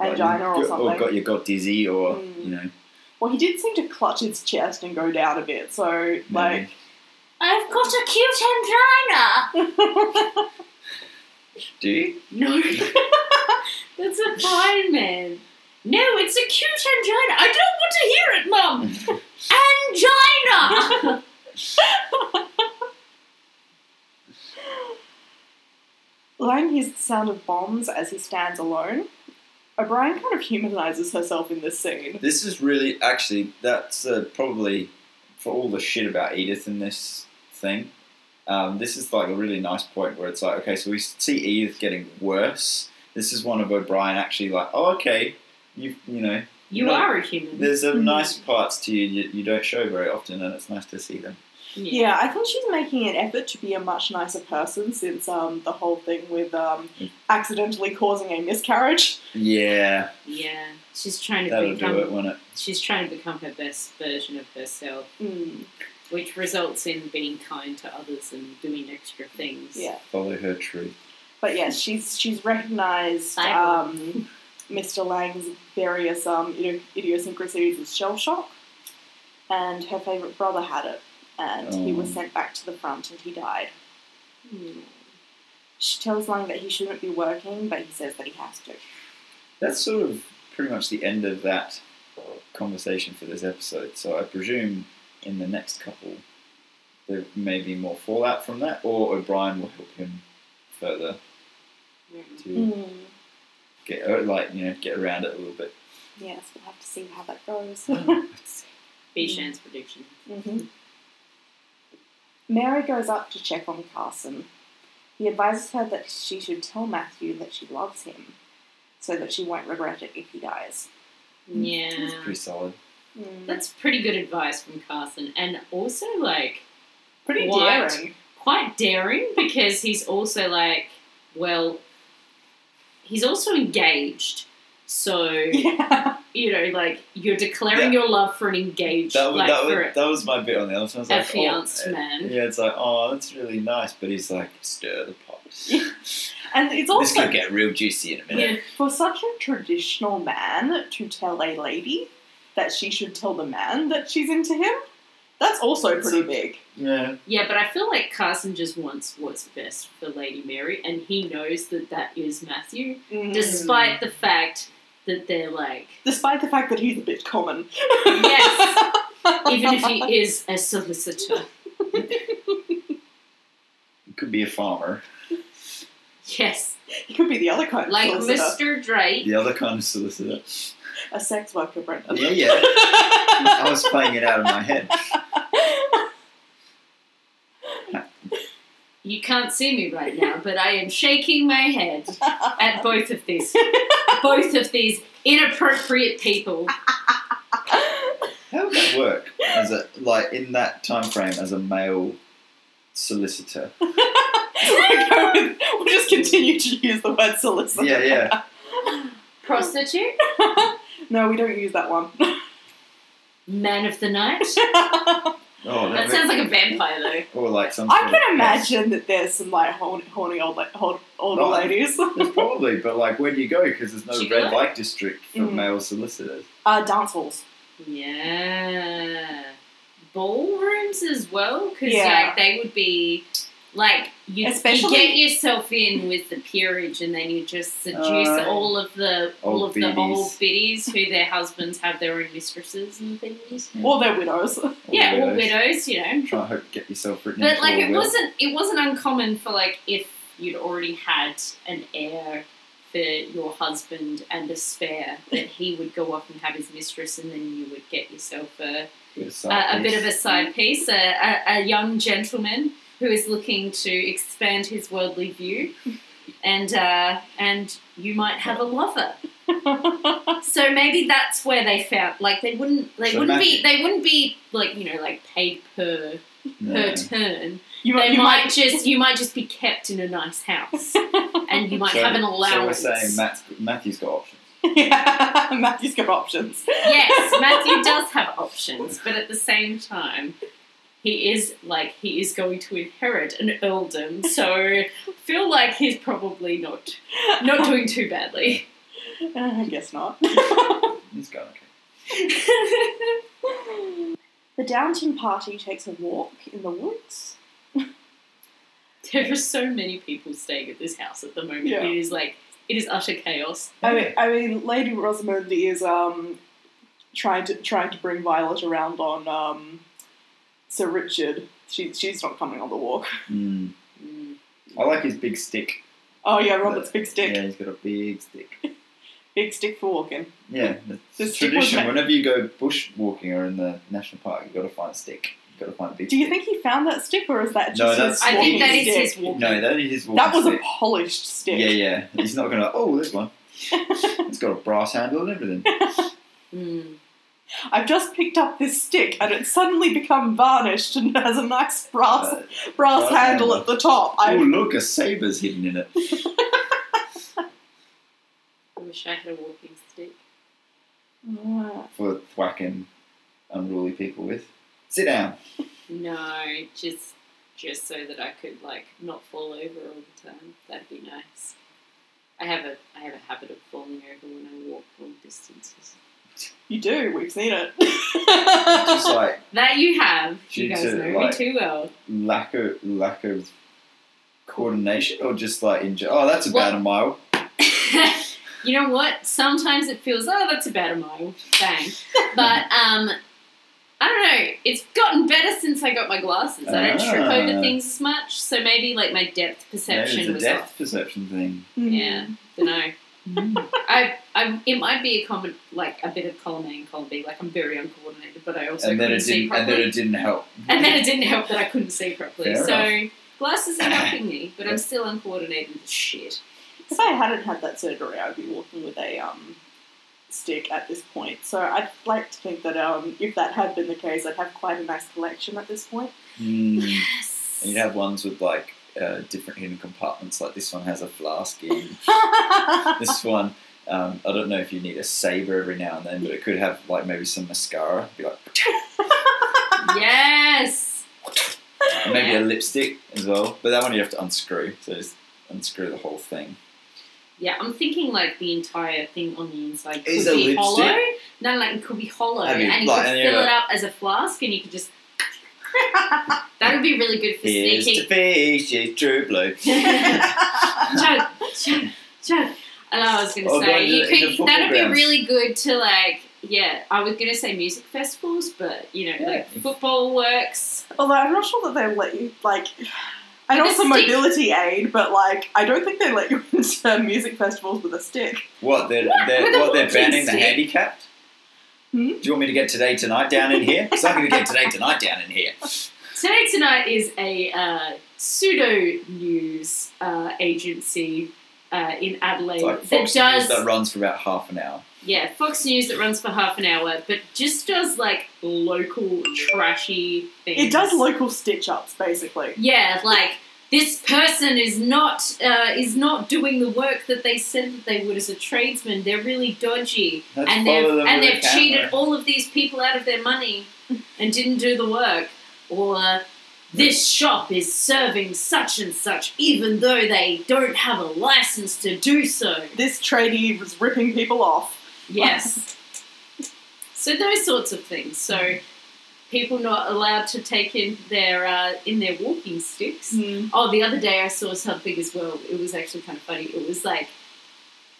B: Angina or
C: got,
B: something.
C: got you got dizzy, or
B: Mm.
C: you know,
B: Well, he did seem to clutch his chest and go down a bit, so, like,
C: Maybe.
D: (laughs) I've got acute angina.
C: do you?
D: No, (laughs) that's a fine man. No, it's acute angina. I don't want to hear it, Mum. (laughs) Angina.
B: Lang hears the sound of bombs as he stands alone. O'Brien kind of humanizes herself in this scene.
C: This is really actually that's uh, probably for all the shit about Edith in this thing. Um, this is like a really nice point where it's like, okay, so we see Edith getting worse. This is one of O'Brien actually like, oh, okay, you you know,
D: (laughs) you
C: No.
D: are a human.
C: there's a
B: Mhm.
C: nice parts to you, you you don't show very often, and it's nice to see them.
B: Yeah, I think she's making an effort to be a much nicer person since um, the whole thing with um, accidentally causing a miscarriage.
C: Yeah,
D: Yeah. She's trying to
C: that'll do
D: become.
C: it, won't it?
D: She's trying to become her best version of herself.
B: Mm.
D: which results in being kind to others and doing extra things.
B: Yeah.
C: Follow her truth.
B: But yes, she's she's recognised
D: Bible.
B: um, Mr. Lang's various um, idi- idiosyncrasies as shell shock, and her favourite brother had it, and he was
C: Oh.
B: sent back to the front and he died.
D: Hmm.
B: She tells Lang that he shouldn't be working, but he says that he has to.
C: That's sort of pretty much the end of that conversation for this episode. So I presume in the next couple there may be more fallout from that, or O'Brien will help him further to
D: Mm.
C: get uh, like you know get around it a little bit.
B: Yes, we'll have to see how that goes.
D: Bishan's prediction.
B: Mhm. Mary goes up to check on Carson. He advises her that she should tell Matthew that she loves him, so that she won't regret it if he dies.
D: Mm.
C: It's
D: Yeah.
C: pretty solid.
D: That's pretty good advice from Carson. And also, like,
B: pretty
D: What?
B: daring.
D: quite daring because he's also, like, well, he's also engaged.
C: (laughs)
D: So,
B: (laughs) Yeah.
D: you know, like, you're declaring your love for an engaged,
C: That was,
D: like,
C: that, was,
D: for a,
C: that was my bit on the other side. I was
D: a
C: like, oh,
D: fianced man.
C: yeah, it's like oh, that's really nice, but he's like stir the
D: (laughs)
C: pot.
B: And it's
C: This
B: also
C: could get real juicy in a minute.
B: for such a traditional man to tell a lady that she should tell the man that she's into him. That's also pretty big.
C: Yeah,
D: Yeah, but I feel like Carson just wants what's best for Lady Mary, and he knows that that is Matthew,
B: Hmm.
D: despite the fact that
C: (laughs)
D: they're like,
B: Despite the fact that he's a bit common.
D: yes, even if he is a solicitor.
C: it could be a farmer.
D: Yes,
B: he could be the other kind of
D: like
B: solicitor.
D: Mr. Drake.
C: The other kind of solicitor.
B: a sex worker, Brendan.
C: Oh, Yeah,
D: (laughs)
C: yeah. I was playing it out of my head.
D: You can't see me right now, but I am shaking my head at both
B: (laughs)
D: of these, both of these
B: (laughs)
D: inappropriate people.
C: How would that work as a like in that time frame as a male solicitor?
B: (laughs) We'll go with- we'll just continue to use the word solicitor.
C: Yeah, yeah.
D: Prostitute,
B: No, we don't use that one.
D: man of
B: (laughs)
D: the night.
C: Oh,
D: That
C: that
D: sounds like a vampire though.
C: or like some.
B: I
C: sort of
B: can imagine that there's some like horny, horny old, la- hor- older
C: Oh.
B: ladies.
C: There's probably, but like, where do you go? Because there's no
D: Should
C: red
D: I?
C: light district for
B: Mm.
C: male solicitors.
B: Uh, dance halls.
D: Yeah. Ballrooms as well, because
B: Yeah.
D: like they would be like you,
B: Especially-
D: you get yourself in with the peerage, and then you just seduce
B: Uh,
C: Oh.
D: all of the all
C: Old
D: of the old
C: biddies.
D: biddies who their husbands have their own mistresses and things.
B: Or they're widows.
C: Or
D: yeah, all
C: widows.
D: widows, you know.
C: Try and hope get yourself written.
D: But
C: into
D: like
C: a
D: it
C: will.
D: wasn't it wasn't uncommon for like if you'd already had an heir for your husband and a spare that he would go off and have his mistress, and then you would get yourself a.
C: Bit of side
D: a, a bit
C: piece.
D: of a side piece, a, a, a young gentleman who is looking to expand his worldly view, and uh, and you might have a lover. So maybe that's where they found like they wouldn't they
C: So
D: wouldn't be
C: Matthew-
D: they wouldn't be like you know like paid per
C: No.
D: per turn.
B: You,
D: They
B: might, you
D: might,
B: might.
D: just you might just be kept in a nice house, and you might
C: So-
D: have an allowance.
C: So we're saying Matt's, Matthew's got options.
B: (laughs) yeah, Matthew's got options. Uh,
D: yes, Matthew does have options, but at the same time, he is like he is going to inherit an earldom, so I feel like he's probably not not doing too badly. (laughs)
B: Uh, I guess not.
C: He's going okay.
B: the Downton party takes a walk in the woods.
D: there are so many people staying at this house at the moment.
B: Yeah.
D: It is like it is utter chaos.
B: I mean, I mean, Lady Rosamund is um, trying to trying to bring Violet around on um, Sir Richard. She, she's not coming on the walk.
C: Mm.
D: Mm.
C: I like his big stick.
B: Oh yeah, Robert's big stick,
C: Yeah, he's got a big stick.
B: big stick for walking.
C: Yeah, it's
B: The stick was
C: tradition.
B: ma-
C: Whenever you go bushwalking or in the national park, you've got to find a stick. You've got to find a big
B: Do you
C: stick.
B: think he found that stick, or is that just
C: No,
B: his
C: that's-
D: I think
B: walking
D: that is
B: stick?
D: his walking.
C: No, that is his walking
B: That was a
C: stick.
B: polished stick.
C: Yeah, yeah. He's not going to, oh, this one. it's got a brass handle and everything.
D: Mm.
B: I've just picked up this stick, and it's suddenly become varnished and (laughs) has a nice brass
C: Uh,
B: brass
C: brass
B: handle
C: handle.
B: at the top.
C: oh,
B: I
C: look, a sabre's hidden in it.
D: I wish I had a walking stick.
B: Uh,
C: For thwacking unruly people with. Sit down.
D: No, just just so that I could like not fall over all the time. That'd be nice. I have a I have a habit of falling over when I walk long distances.
B: You do. We've seen it. (laughs)
C: Just like
D: That you have.
C: Due
D: You guys
C: to,
D: know me
C: like-
D: too well. (laughs)
C: lack of lack of coordination, or just like in. ge- Oh, that's about a mile.
D: you know what? Sometimes it feels oh that's about a mile. Bang.
C: (laughs)
D: But um I don't know. It's gotten better since I got my glasses. I don't trip
C: Ah.
D: over things as much, so maybe like my depth
C: Maybe
D: perception
C: it's a
D: was
C: depth
D: off.
C: perception thing.
B: Hmm.
D: Yeah, don't know.
C: Mm.
D: I, I, it might be a common, like a bit of column A and column B. Like I'm very uncoordinated, but I also
C: and then
D: couldn't
C: it
D: see
C: didn't.
D: properly.
C: And then it didn't help.
D: didn't help that I couldn't see properly.
C: Fair
D: so glasses are helping me, but I'm still uncoordinated as shit.
B: If I hadn't had that surgery, I'd be walking with a um, stick at this point. So I'd like to think that um, if that had been the case, I'd have quite a nice collection at this point.
C: Mm.
D: Yes.
C: And you'd have ones with like uh, different hidden compartments. Like this one has a flask
D: (laughs)
C: in. this one, um, I don't know if you need a saber every now and then, but it could have like maybe some mascara. Be like
D: yes.
C: and maybe a lipstick as well. But that one you have to unscrew. So just unscrew the whole thing.
D: Yeah, I'm thinking like the entire thing on the inside could
C: Is a
D: be
C: lipstick?
D: hollow. No, like it could be hollow,
C: I mean,
D: and you
C: like,
D: could
C: and
D: fill
C: you're
D: it up as a flask, and you could just. (laughs) that would be really good for
C: Here's
D: sneaking
C: to fish, she's true blue.
D: chug, chug, chug. And I was going to
C: Or go
D: say,
C: to the- in
D: you
C: the
D: could,
C: football
D: that'd be
C: grounds.
D: really good to like, yeah, I was going to say music festivals, but you know, like football works.
B: Although I'm not sure that they let you, like, I
D: With
B: know
D: a
B: it's a
D: stick?
B: mobility aid, but, like, I don't think they let you (laughs) into music festivals with a stick.
C: What they're,
D: What?
C: they're
D: (laughs) With a
C: what they're
D: walking
C: banning the
D: stick?
C: handicapped?
B: Hmm?
C: Do you want me to get today tonight down in here? Because I'm going to get today tonight down in
D: (laughs)
C: here.
D: Today Tonight is a uh, pseudo news uh, agency uh, in Adelaide
C: It's like
D: that
C: Fox
D: does,
C: News that runs for about half an hour.
D: yeah, Fox News that runs for half an hour, but just does like local trashy things.
B: It does local stitch ups, basically.
D: Yeah, like this person is not uh, is not doing the work that they said that they would as a tradesman. They're really dodgy,
C: Let's
D: and
C: follow
D: they've
C: them
D: and
C: with a
D: they've cheated
C: camera.
D: all of these people out of their money and didn't do the work. Or uh, this shop is serving such and such, even though they don't have a license to do so.
B: This tradie was ripping people off.
D: Yes. so those sorts of things. So people not allowed to take in their uh, in their walking sticks. Oh, the other day I saw something as well. It was actually kind of funny. It was like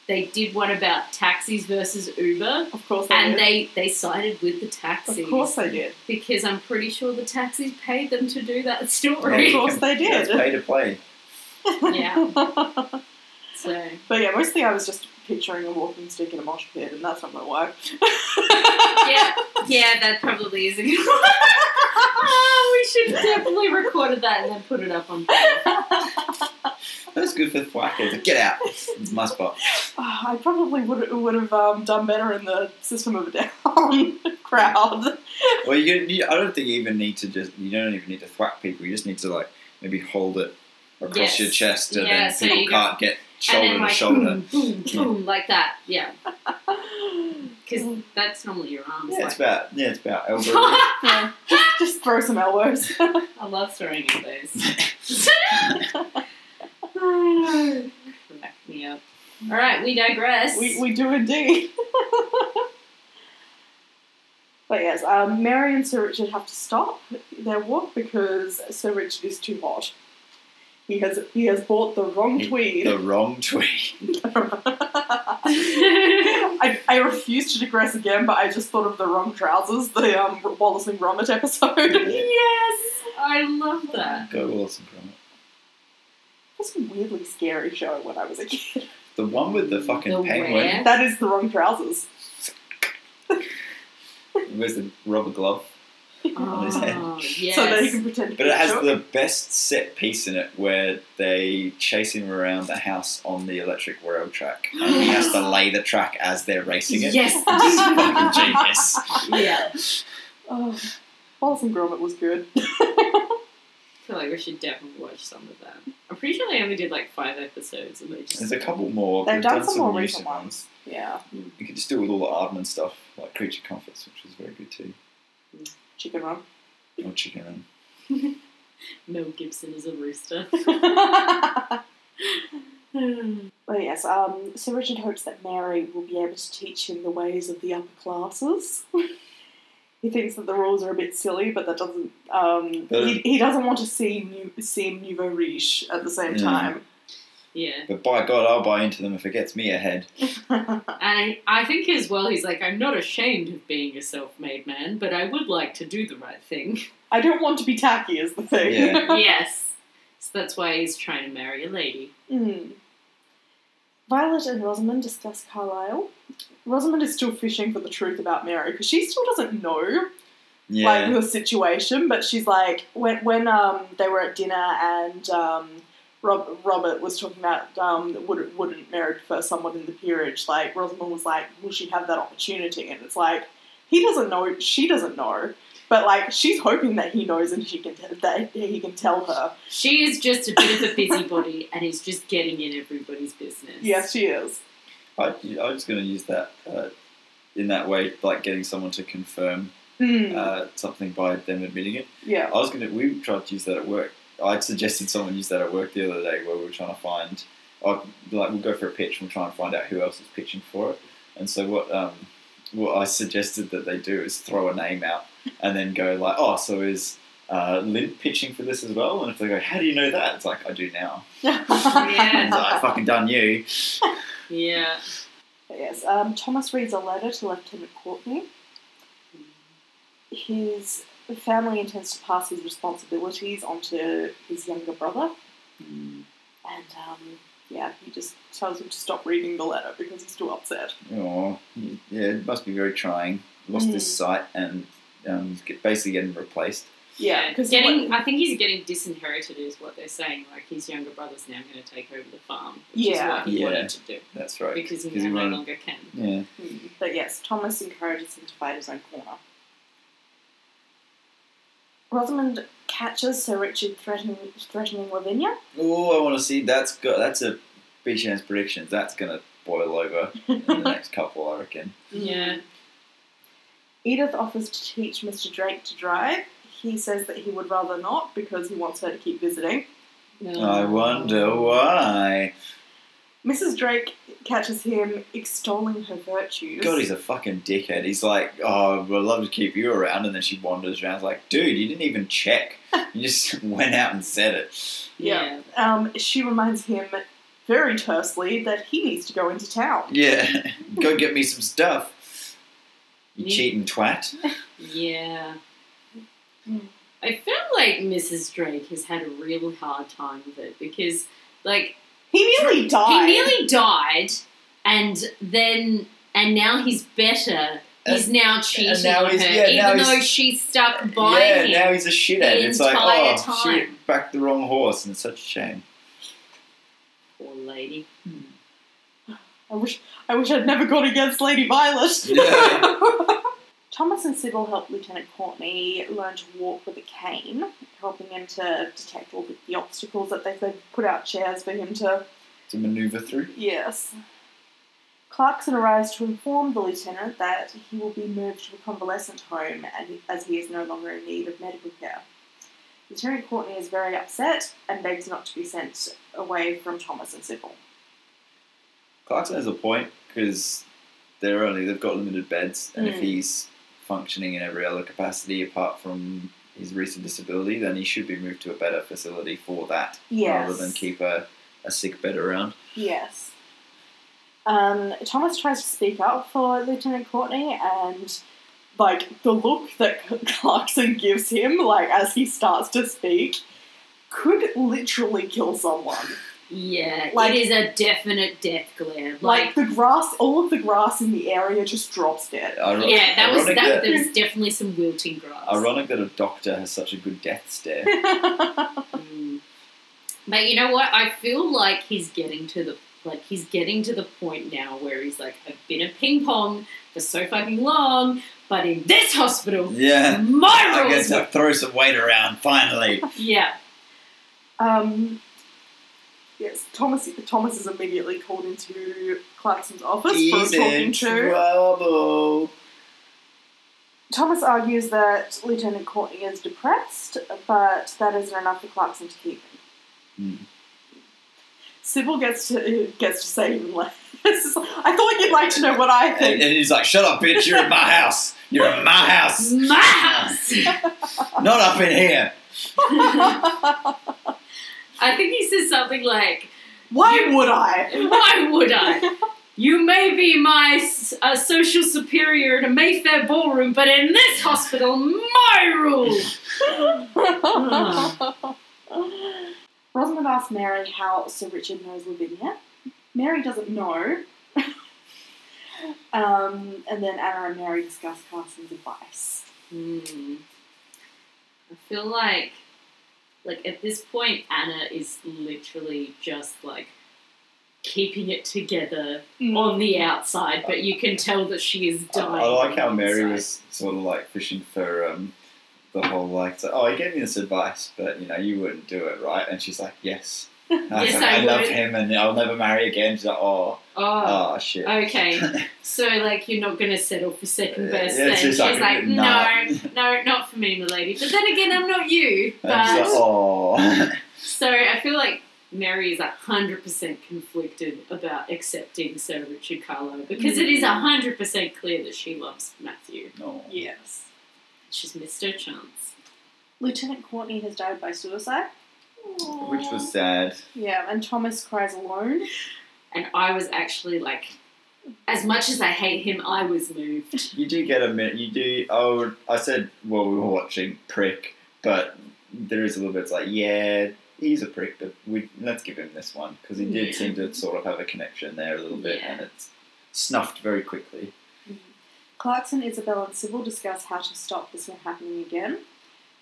D: they did one about taxis versus Uber,
B: Of course they
D: and
B: did.
D: they they sided with the taxis.
B: Oh, of course they did.
D: because I'm pretty sure the taxis paid them to do that (laughs)
B: Of
D: story.
B: course they
C: That's
B: did. (laughs)
C: pay to play.
D: yeah. So
B: But yeah, mostly I was just picturing a walking stick in a mosh pit, and that's not going to work.
D: yeah, yeah, that probably is a good one. (laughs) we should have definitely recorded that and then put it up on.
C: That's good for thwackers. Get out. It's my spot.
B: Oh, I probably would would have um, done better in the System of a Down (laughs) crowd.
C: Well, you, you, I don't think you even need to just. You don't even need to thwack people. You just need to like maybe hold it across
D: Yes.
C: your chest, and
D: Yeah,
C: then
D: so
C: people
D: you go-
C: can't get
D: and
C: shoulder
D: then
C: to shoulder.
D: like boom, boom,
C: Yeah.
D: boom, like that. Yeah, because that's normally your arms.
C: Yeah,
D: like-
C: it's about yeah, it's
D: (laughs)
C: about elbow. (laughs)
B: Yeah. just, just throw some elbows. (laughs)
D: I love throwing all those. Crack me up. All right, we digress.
B: we,
D: (laughs)
B: we do indeed. (laughs) but yes, um, Mary and Sir Richard have to stop their walk because Sir Richard is too hot. He has he has bought the wrong tweed.
C: the wrong tweet. (laughs)
B: (laughs) I, I refuse to digress again, but I just thought of the wrong trousers, the um, Wallace and Gromit episode. (laughs)
D: yes, I love that.
C: Go Wilson from it.
B: It was a weirdly scary show when I was a kid.
C: The one with the fucking
D: The
C: penguin
D: where?
B: That is the wrong trousers.
C: with the rubber glove, On his head.
D: Oh,
B: (laughs)
D: yes.
B: So that he can pretend to
C: but
B: be
C: it has
B: shook.
C: the best set piece in it where they chase him around the house on the electric rail track, and
B: (gasps)
C: he has to lay the track as they're racing
B: (laughs)
C: it.
D: yes.
C: It's fucking genius.
D: yeah. I
B: Oh, Wallace and Gromit was good.
D: feel like we should definitely watch some of that. I'm pretty sure they only did like five episodes, and they just
C: There's a couple more.
B: They've
C: We've
B: done some more
C: recent
B: recent ones. Yeah.
C: You could just do with all the Aardman stuff, like Creature Comforts, which was very good too.
B: Chicken Run.
C: Or chicken wing.
D: Mel Gibson is
B: (laughs)
D: a rooster.
B: but
D: That's
B: yes, um, Sir Richard hopes that Mary will be able to teach him the ways of the upper classes. (laughs) he thinks that the rules are a bit silly, but that doesn't. Um,
C: But-
B: he, he doesn't want to seem new, seem nouveau riche at the same
C: Yeah.
B: time.
D: yeah.
C: But by God, I'll buy into them if it gets
B: (laughs)
C: me ahead.
D: And I think as well, he's like, I'm not ashamed of being a self-made man, but I would like to do the right thing.
B: I don't want to be tacky, is the thing.
C: Yeah.
D: yes. So that's why he's trying to marry a lady.
B: (laughs) Mm. Violet and Rosamond discuss Carlisle. Rosamond is still fishing for the truth about Mary because she still doesn't know like
C: Yeah.
B: her situation, but she's like when when um they were at dinner and um Rob, Robert was talking about um would wouldn't marry first someone in the peerage. Like Rosamond was like, will she have that opportunity? And it's like he doesn't know, she doesn't know, but like she's hoping that he knows and she can that he can tell her.
D: She is just a bit of
B: (laughs)
D: a busybody and is just getting in everybody's business.
B: Yes, she is.
C: I, I was going to use that uh, in that way, like getting someone to confirm
B: Mm,
C: uh, something by them admitting it.
B: yeah. (laughs)
C: I was going to, we tried to use that at work. I suggested someone use that at work the other day where we were trying to find, or, like, we'll go for a pitch and we'll try and find out who else is pitching for it. And so what, um, what I suggested that they do is throw a name out and then go like, oh, so is uh, Lint pitching for this as well? And if they go, how do you know that? It's like, I do now.
D: (laughs) Yeah.
C: And it's like, I fucking done you.
D: Yeah.
B: But yes, um, Thomas reads a letter to Lieutenant Courtney. His family intends to pass his responsibilities onto his younger brother, and um, yeah, he just tells him to stop reading the letter because he's too upset.
C: Oh, yeah, it must be very trying. Lost his sight and um, get- basically getting replaced.
B: because
D: getting. I think he's getting disinherited, is what they're saying. Like his younger brother's now going to take over the farm, which
B: Yeah.
D: is what he
C: Yeah.
D: wanted to do
C: That's right.
D: because he
C: Because he
D: now no
C: wanted-
D: longer can.
C: Yeah.
B: Hmm. But yes, Thomas encourages him to fight his own corner. Rosamond catches Sir Richard threatening threatening Lavinia.
C: Oh, I want to see. That's go- that's a big chance predictions. That's gonna boil
D: (laughs)
C: over in the next couple, I reckon.
B: Mm.
D: Yeah.
B: Edith offers to teach Mr. Drake to drive. He says that he would rather not because he wants her to keep visiting.
D: Oh.
C: I wonder why.
B: Mrs. Drake catches him extolling her virtues.
C: God, he's a fucking dickhead. He's like, oh, we'd love to keep you around, and then she wanders around. It's like, dude, you didn't even
D: (laughs)
C: check. You just (laughs) went out and said it.
D: Yeah.
B: um, she reminds him very tersely that he needs to go into town.
C: Yeah, (laughs) go get me some stuff. You
D: Yeah.
C: cheating twat.
D: Yeah.
B: Mm.
D: I feel like Mrs. Drake has had a real hard time with it because, like,
B: He nearly
D: he
B: died.
D: nearly died, and then and now he's better. He's now cheating
C: and now
D: on her,
C: he's- yeah, now
D: even
C: he's-
D: though she's stuck by
C: yeah,
D: him.
C: now he's a shithead.
D: the
C: It's like,
D: entire
C: oh,
D: time.
C: she backed the wrong horse, and it's such a shame.
D: Poor lady.
B: I wish I wish I'd never gone against Lady Violet.
C: Yeah.
B: (laughs) Thomas and Sybil help Lieutenant Courtney learn to walk with a cane, helping him to detect all the, the obstacles that they they put out chairs for him to.
C: To maneuver through.
B: Yes. Clarkson arrives to inform the lieutenant that he will be moved to a convalescent home and, as he is no longer in need of medical care. Lieutenant Courtney is very upset and begs not to be sent away from Thomas and Sybil.
C: Clarkson has a point because they're only they've got limited beds, and if
B: Mm.
C: he's functioning in every other capacity apart from his recent disability, then he should be moved to a better facility for that
B: Yes.
C: rather than keep a, a sick bed around.
B: Yes. Um, Thomas tries to speak up for Lieutenant Courtney, and like the look that (laughs) Clarkson gives him, like as he starts to speak, could literally kill someone.
D: Yeah,
B: Like-
D: it is a definite death glare.
B: Like
D: Like,
B: the grass, all of the grass in the area just drops dead.
C: Iro-
D: yeah, that was
C: ironic
D: that. There was definitely some wilting grass.
C: Ironic that a doctor has such a good death stare.
D: Mm. But you know what? I feel like he's getting to the like he's getting to the point now where he's like, I've been a ping pong for so fucking long, but in this hospital,
C: yeah.
D: my
C: I get
D: rules.
C: to
D: were-"
C: throw some weight around finally.
D: Yeah,
B: (laughs) Um, yes, Thomas. Thomas is immediately called into Clarkson's office
C: He's
D: (laughs)
B: for a talking
C: in
B: to.
C: trouble.
B: Thomas argues that Lieutenant Courtney is depressed, but that isn't enough for Clarkson to keep him.
C: Hmm.
B: Sybil gets to gets to say even less. (laughs) I thought you'd like to know what I
C: And,
B: think.
C: and he's like, "Shut up, bitch! You're in my house. You're in my
D: (laughs)
C: house.
D: My house.
C: Not up in here."
D: I think he says something like,
B: Why would
C: (laughs)
B: I?
D: "Why would I? You may be my s- uh, social superior in a Mayfair ballroom, but in this hospital, my rule."
C: Hmm.
D: Hmm.
B: (sighs) Rosamond asks Mary how Sir Richard knows Lavinia. Mary doesn't know. (laughs) um, and then Anna and Mary discuss Carson's advice.
D: Hmm. I feel like, like at this point, Anna is literally just like keeping it together on the outside, but you can tell that she is
C: I,
D: dying.
C: I like
D: on
C: how
D: the
C: Mary
D: inside.
C: was sort of like fishing for um, the whole like, so, "Oh, he gave me this advice, but you know, you wouldn't do it, right?" And she's like,
D: (laughs)
C: "Yes." And was
D: Yes,
C: like,
D: I
C: love
D: would."
C: him, and I'll never marry again. She's like, "Oh,
D: Oh.
C: oh, shit." (laughs)
D: Okay, so like you're not gonna settle for second
C: Yeah,
D: best.
C: yeah,
D: then
C: she's
D: she's
C: like,
D: like,
C: nah.
D: no, no, not for me, milady. But then again, I'm
C: (laughs)
D: not you.
C: And she's
D: But
C: like, "Oh."
D: (laughs) so I feel like Mary is hundred percent conflicted about accepting Sir Richard Carlo because it is
C: Mm.
D: hundred percent clear that she loves Matthew.
C: (laughs) No.
B: Yes.
D: She's missed her chance.
B: Lieutenant Courtney has died by suicide.
C: Which was sad.
B: Yeah, and Thomas cries alone.
D: and I was actually like, as much as I hate him, I was moved.
C: You do get a minute. You do. Oh, I said while we were watching prick, but there is a little bit. It's like yeah, he's a prick, but we let's give him this one because he did
D: Yeah.
C: seem to sort of have a connection there a little bit,
D: Yeah.
C: and it's snuffed very quickly.
B: Clarkson, Isabel, and Sybil discuss how to stop this from happening again.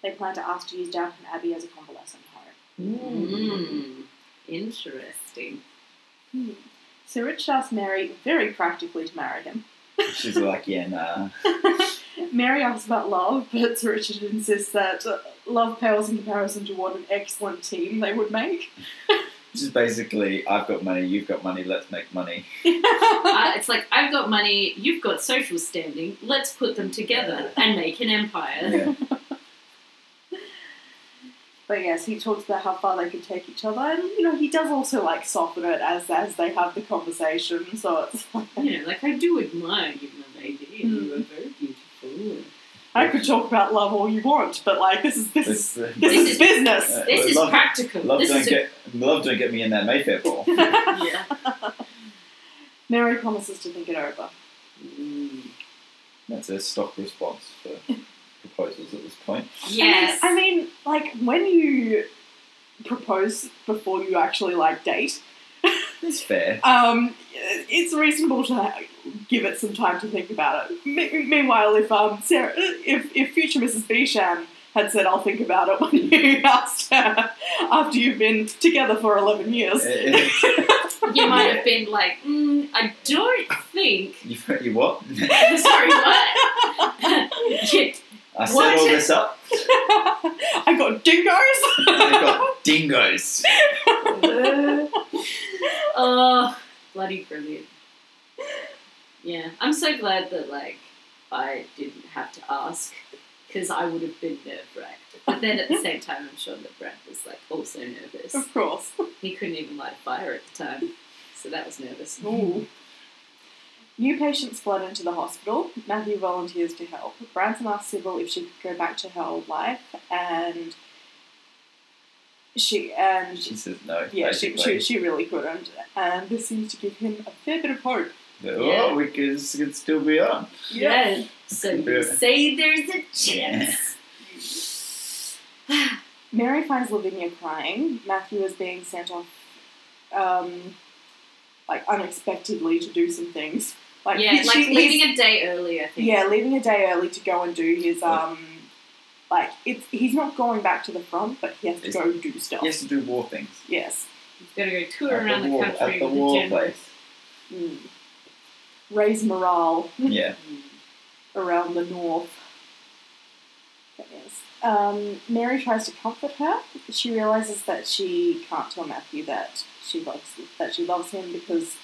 B: They plan to ask to use Downton Abbey as a convalescent home.
D: Mm. Interesting.
B: Hmm. So Richard asks Mary very practically to marry him.
C: She's like yeah, nah.
B: Mary asks about love, (laughs) but Sir Richard insists that uh, love pales in comparison to what an excellent team they would make.
C: Which is basically I've got money, you've got money, let's make
D: (laughs)
C: money.
D: Uh, it's like I've got money, you've got social standing. Let's put them together and make an empire.
C: Yeah.
B: But yes, he talks about how far they could take each other, and you know he does also like soften it as as they have the conversation. So it's like,
D: You know, like I do admire you, my lady, and
C: Mm.
D: you are very beautiful.
B: I could talk about love all you want, but like this is this
C: This-
B: is
C: this-
B: this is business.
C: Yeah.
D: This
C: Well,
D: is
C: Uh, love-
D: practical.
C: love
D: this
C: don't
D: is a-
C: get love don't get me in that Mayfair ball. (laughs)
D: yeah.
B: Mary promises to think it over.
D: Mm.
C: That's a stock response for proposals at this point.
D: Yes.
B: I mean, I mean, like when you propose before you actually like date,
C: It's
D: (laughs)
C: fair.
B: um, it's reasonable to ha- give it some time to think about it. Me- meanwhile, if um, Sarah, if, if future Mrs. Bisham had said, "I'll think about it" (laughs) when you asked her after you've been together for eleven years,
D: you might have been like, mm, I don't think. (laughs)
C: you, you what?
D: Sorry,
B: (laughs)
D: what? (laughs) You-
C: I set
D: What?
C: all this
D: (laughs)
C: up.
B: (laughs) I got
C: They've
B: dingoes.
C: got dingoes.
D: (laughs) oh, bloody brilliant. Yeah, I'm so glad that, like, I didn't have to ask because I would have been nerve wracked. But then at the same time, I'm sure that Brad was, like, also
B: (laughs)
D: nervous.
B: of course.
D: He couldn't even light a fire at the time, so that was nervous.
B: Ooh. New patients flood into the hospital. Matthew volunteers to help. Branson asks Sybil if she could go back to her old life, and she and
C: She says no.
B: yeah, she,
C: basically.
B: she, she really couldn't. And this seems to give him a fair bit of hope.
C: But, Oh, we could, this could still be on.
D: Yeah. So you say there's a chance.
B: Mary finds Lavinia crying. Matthew is being sent off, um, like unexpectedly to do some things. Like
D: Yeah,
B: he-
D: like
B: she- he's-
D: leaving a day early, I think.
B: yeah, leaving a day early to go and do his um, like it's he's not going back to the front, but he has to
C: It's-
B: go do stuff.
C: He has to do war things.
B: Yes.
D: He's got to go tour
C: At
D: around
C: the
D: the,
C: war,
D: country
C: at the
D: with
C: war
D: the general. (laughs)
C: place.
B: Mm. Raise morale.
C: Yeah.
D: Mm.
B: around the north. That is. Um, Mary tries to comfort her. She realizes that she can't tell Matthew that she loves that she loves him because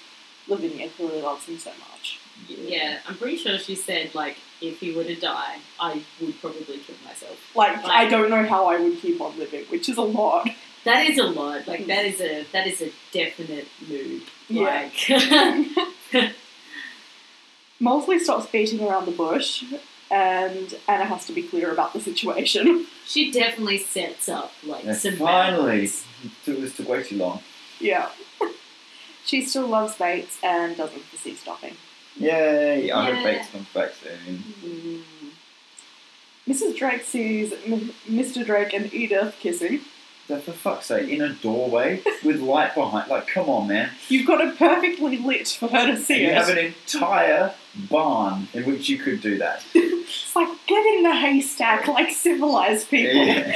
B: Lavinia clearly loves him so much.
D: Yeah, I'm pretty sure she said like if he were to die, I would probably kill myself.
B: Like, I don't know how I would keep on living, which is a lot.
D: That is a lot. Like that is a that is a definite mood.
B: Yeah.
D: Like (laughs)
B: Mosley stops beating around the bush, and Anna has to be clear about the situation. (laughs)
D: she definitely sets up like
C: Yeah,
D: some
C: finally,
D: boundaries.
C: it was way too long.
B: yeah. (laughs) she still loves Bates and doesn't foresee stopping.
C: Yay! I
D: Yeah.
C: hope Bates comes back soon.
D: Mm.
B: Mrs. Drake sees M- Mr. Drake and Edith kissing.
C: That for fuck's sake, in a doorway with light behind. Like, come on, man.
B: You've got it perfectly lit for her to see
C: You have
B: it.
C: an entire barn in which you could do
D: (laughs)
C: that.
B: It's like, get in the haystack like civilized people.
C: Yeah.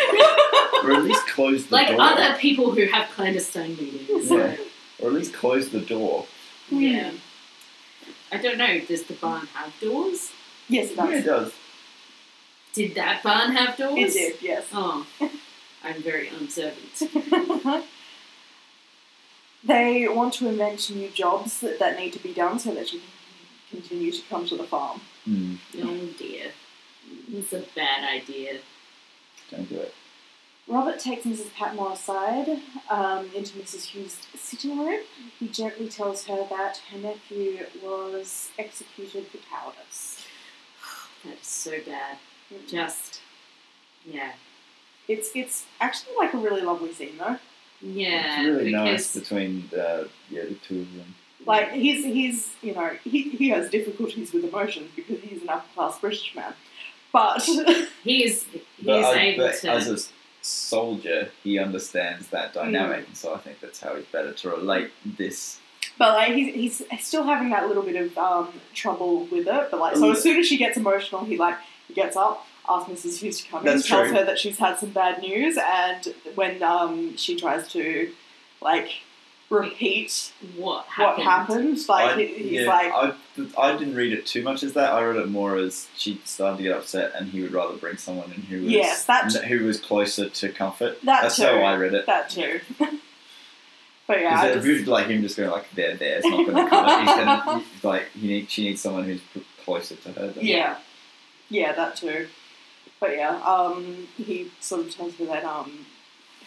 C: or at least close the
D: Like
C: door.
D: other people who have clandestine meetings.
C: Yeah. Or at least close the door.
D: Yeah. I don't know. Does the barn have doors?
B: (laughs) Yes, it
C: Yeah, it
B: does.
C: does.
D: Did that barn
B: It
D: have doors?
B: did, yes. (laughs)
D: Oh, I'm very observant.
B: they want to invent new jobs that, that need to be done so that she can continue to come to the farm.
C: Hmm,
D: Oh dear. That's a bad idea.
C: don't do it.
B: Robert takes Mrs. Patmore aside um, into Mrs. Hughes' sitting room. He gently tells her that her nephew was executed for cowardice.
D: That is so bad. Just, yeah.
B: It's it's actually like a really lovely scene though.
D: Yeah.
C: it's really
D: because,
C: nice between the, yeah, the two of them.
B: Like he's he's you know he, he has difficulties with emotions because he's an upper class British man, but (laughs)
D: He is, he
C: But,
D: is
C: I-
D: able
C: but
D: to.
C: as a s- soldier, he understands
B: Hmm.
C: that dynamic, and so I think that's how he's better to relate this.
B: but like he's he's still having that little bit of um, trouble with it. But like so
C: Um,
B: as soon as she gets emotional, he like he gets up. Asks Mrs. Hughes to come in,
C: That's
B: tells
C: true.
B: her that she's had some bad news, and when um, she tries to, like, repeat
D: what happened?
B: what happened, like
C: I,
B: he- he's
C: yeah,
B: like,
C: I, I didn't read it too much as that. I read it more as she started to get upset, and he would rather bring someone in who was
B: Yes, that-
C: n- who was closer to comfort.
B: That
C: That's
B: too.
C: how I read it.
B: That too. (laughs) but yeah,
C: Because
B: I
C: it
B: just-
C: would, like him just going like there, there. It's not going to cut it.
B: (laughs)
C: He's gonna, he- like he need, she needs someone who's p- closer to her. Than
B: yeah, yeah, that too. But yeah, um, he sort of tells her that um,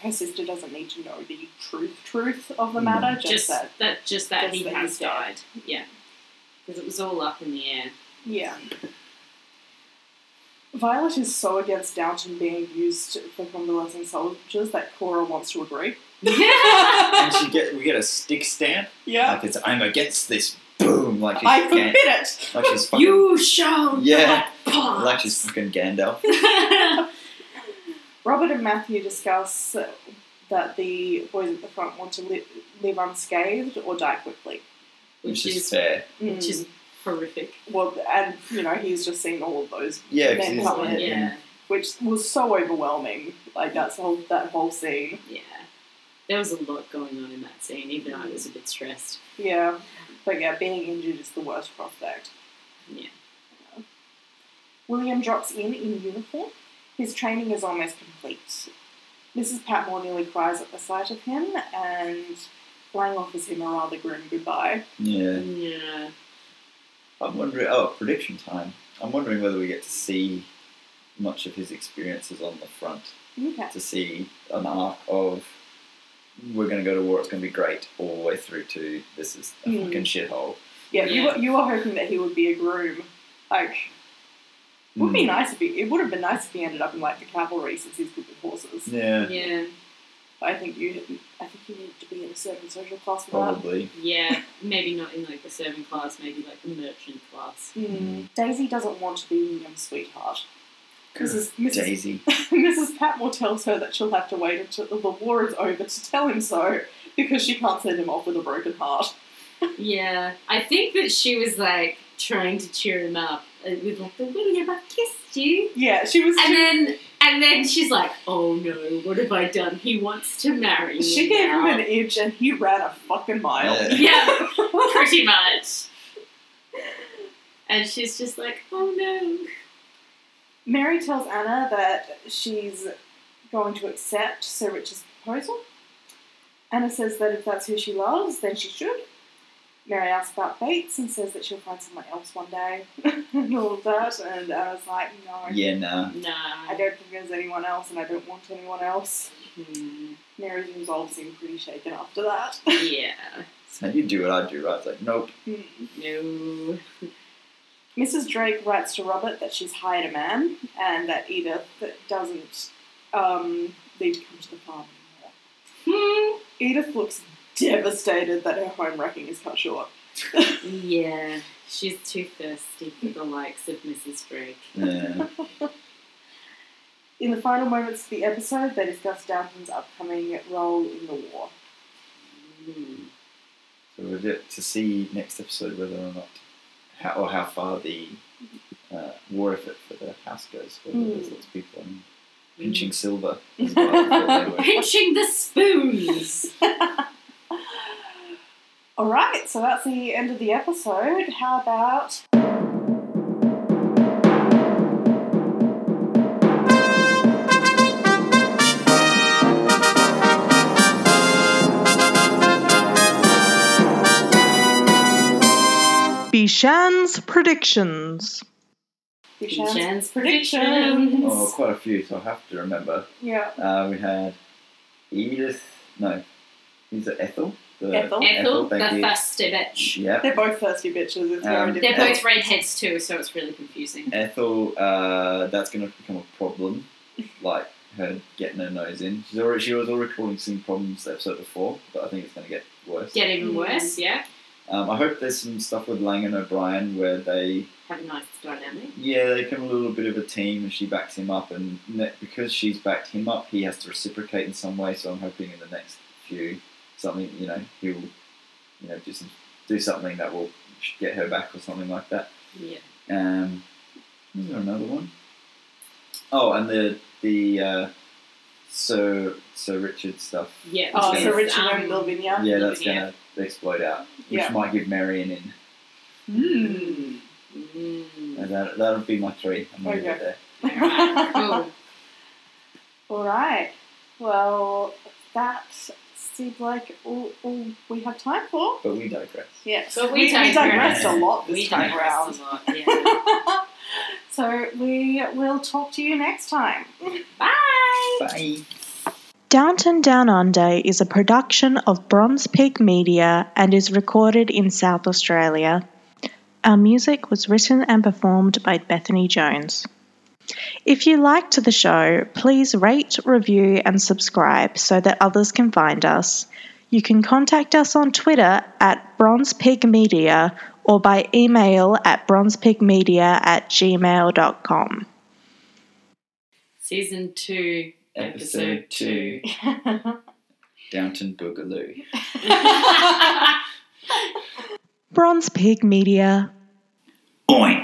B: her sister doesn't need to know the truth, truth of the matter. Just,
D: Just
B: that,
D: that, just that
B: just
D: he
B: that he's
D: has
B: dead.
D: died. Yeah. Because it was all up in the
C: (laughs)
D: air.
B: yeah. Violet is so against Downton being used for convalescing soldiers that Cora wants to agree.
C: And
D: (laughs)
C: she get we get a stick stamp.
B: Yeah,
C: Like it's I'm against this. Boom! Like she's
B: I forbid
C: Gan-
B: it.
C: like she's fucking
D: you shall
C: Yeah.
D: not pass.
C: like
D: (laughs)
C: she's fucking Gandalf.
B: Robert and Matthew discuss uh, that the boys at the front want to li- live unscathed or die quickly. Mm.
D: which
C: is,
D: is
C: fair.
D: which is horrific.
B: well, and you know he's just seen all of those,
C: Yeah,
B: men
C: because he's
B: come in.
C: yeah.
D: Yeah.
B: which was so overwhelming. Like that's whole that whole scene.
D: Yeah. There was a lot going on in that scene, even I was a bit stressed.
B: Yeah, but yeah, being injured is the worst prospect.
D: Yeah.
B: William drops in in uniform. His training is almost complete. Mrs. Patmore nearly cries at the sight of him, and Lang offers him a rather grim goodbye.
C: yeah.
D: Yeah.
C: I'm wondering. Oh, prediction time. I'm wondering whether we get to see much of his experiences on the front.
B: Okay.
C: To see an arc of we're going to go to war. It's going to be great, all the way through to this is a
B: Mm.
C: fucking shithole.
B: Yeah, you were, you were hoping that he would be a groom. Like, it would be
C: Mm.
B: nice if he, it would have been nice if he ended up in like the cavalry since he's good with horses.
C: Yeah,
D: Yeah.
B: But I think you, I think you need to be in a certain social class for that.
C: probably.
D: Yeah. Maybe not in like the serving class, maybe like the merchant
B: (laughs)
D: class.
B: Mm. Daisy doesn't want to be William's sweetheart. Mrs. (laughs) Mrs.
C: Daisy.
B: Mrs. Patmore tells her that she'll have to wait until the war is over to tell him so because she can't send him off with a broken heart.
D: Yeah. I think that she was like trying to cheer him up uh, with like the William, I've kissed you.
B: Yeah, she was.
D: And then and then she's like, Oh no, what have I done? He wants to marry me.
B: she gave him
D: now."
B: an inch and he ran a fucking mile. (laughs)
C: Yeah.
D: Yeah, pretty much. And she's just like, Oh no.
B: Mary tells Anna that she's going to accept Sir Richard's proposal. Anna says that if that's who she loves, then she should. Mary asks about Bates and says that she'll find someone else one day (laughs) and all of that. And I was like, no,
C: Yeah, nah.
B: I
D: No.
B: don't think there's anyone else, and I don't want anyone else.
D: Hmm.
B: Mary's resolve seemed pretty shaken after that. (laughs)
D: Yeah.
C: So you do what I do, right? It's like, nope.
D: No.
B: Mrs. Drake writes to Robert that she's hired a man and that Edith doesn't um, need to come to the farm anymore.
D: Hmm.
B: Edith looks devastated that her home wrecking is cut short.
D: Yeah. She's too thirsty for the likes of Mrs. Drake.
C: Yeah.
B: In the final moments of the episode, they discuss Downton's upcoming role in the war.
D: Hmm.
C: So we'll get to see next episode whether or not, how, or how far the uh, war effort for the house goes. Whether there's lots of people um, pinching silver. As well, I thought they were.
D: Pinching the spoons.
B: All right, so that's the end of the episode. How about
A: Bishan's predictions.
B: Bishan's?
D: Jen's predictions.
C: Oh, quite a few, so I have to remember.
B: Yeah,
C: Uh, we had Edith. No, is it Ethel? The,
B: Ethel.
D: Ethel, the
C: thank you.
D: thirsty bitch.
C: Yeah.
B: they're both thirsty bitches. It's very
C: Um,
D: They're
B: difficult.
D: both redheads too, so it's really confusing.
C: Ethel, uh, that's going to become a problem. Like her getting her nose in. She's already, she was already causing some problems the episode before, but I think it's going to get worse.
D: Get
B: Hmm.
D: even worse, yeah.
C: Um, I hope there's some stuff with Lang and O'Brien where they,
D: Have a nice dynamic.
C: yeah, they become a little bit of a team and she backs him up, and ne- because she's backed him up, he has to reciprocate in some way. So I'm hoping in the next few something, you know, he'll, you know, do some, do something that will get her back or something like that.
D: Yeah.
C: Um, was there another one? Oh, and the the uh, Sir Sir Richard stuff.
D: Yeah.
B: Oh,
D: which
B: so
D: is,
B: Richard
D: um,
B: and Lavinia.
C: Yeah, that's gonna explode out, which
B: Yeah.
C: might give Marion in.
D: Um,
B: Mm.
D: Mm.
C: And that that'll be my three. I'm gonna leave it there.
D: Alright, cool.
B: All right. Well, that seems like all, all we have time for.
C: But we digress.
B: Yes.
D: But we
B: we
D: digress.
B: digressed a lot this
D: We
B: time
D: digress
B: round.
D: a lot. Yeah.
B: So we will talk to you next time.
D: Bye.
C: Bye.
A: Downton Down Under is a production of Bronze Peak Media and is recorded in South Australia. Our music was written and performed by Bethany Jones. If you liked the show, please rate, review, and subscribe so that others can find us. You can contact us on Twitter at Bronze Peak Media or by email at bronzepeakmedia at gmail.com.
D: Season two,
C: Episode
D: episode two.
C: Downton Boogaloo.
A: Bronze Peak Media.
C: Oink.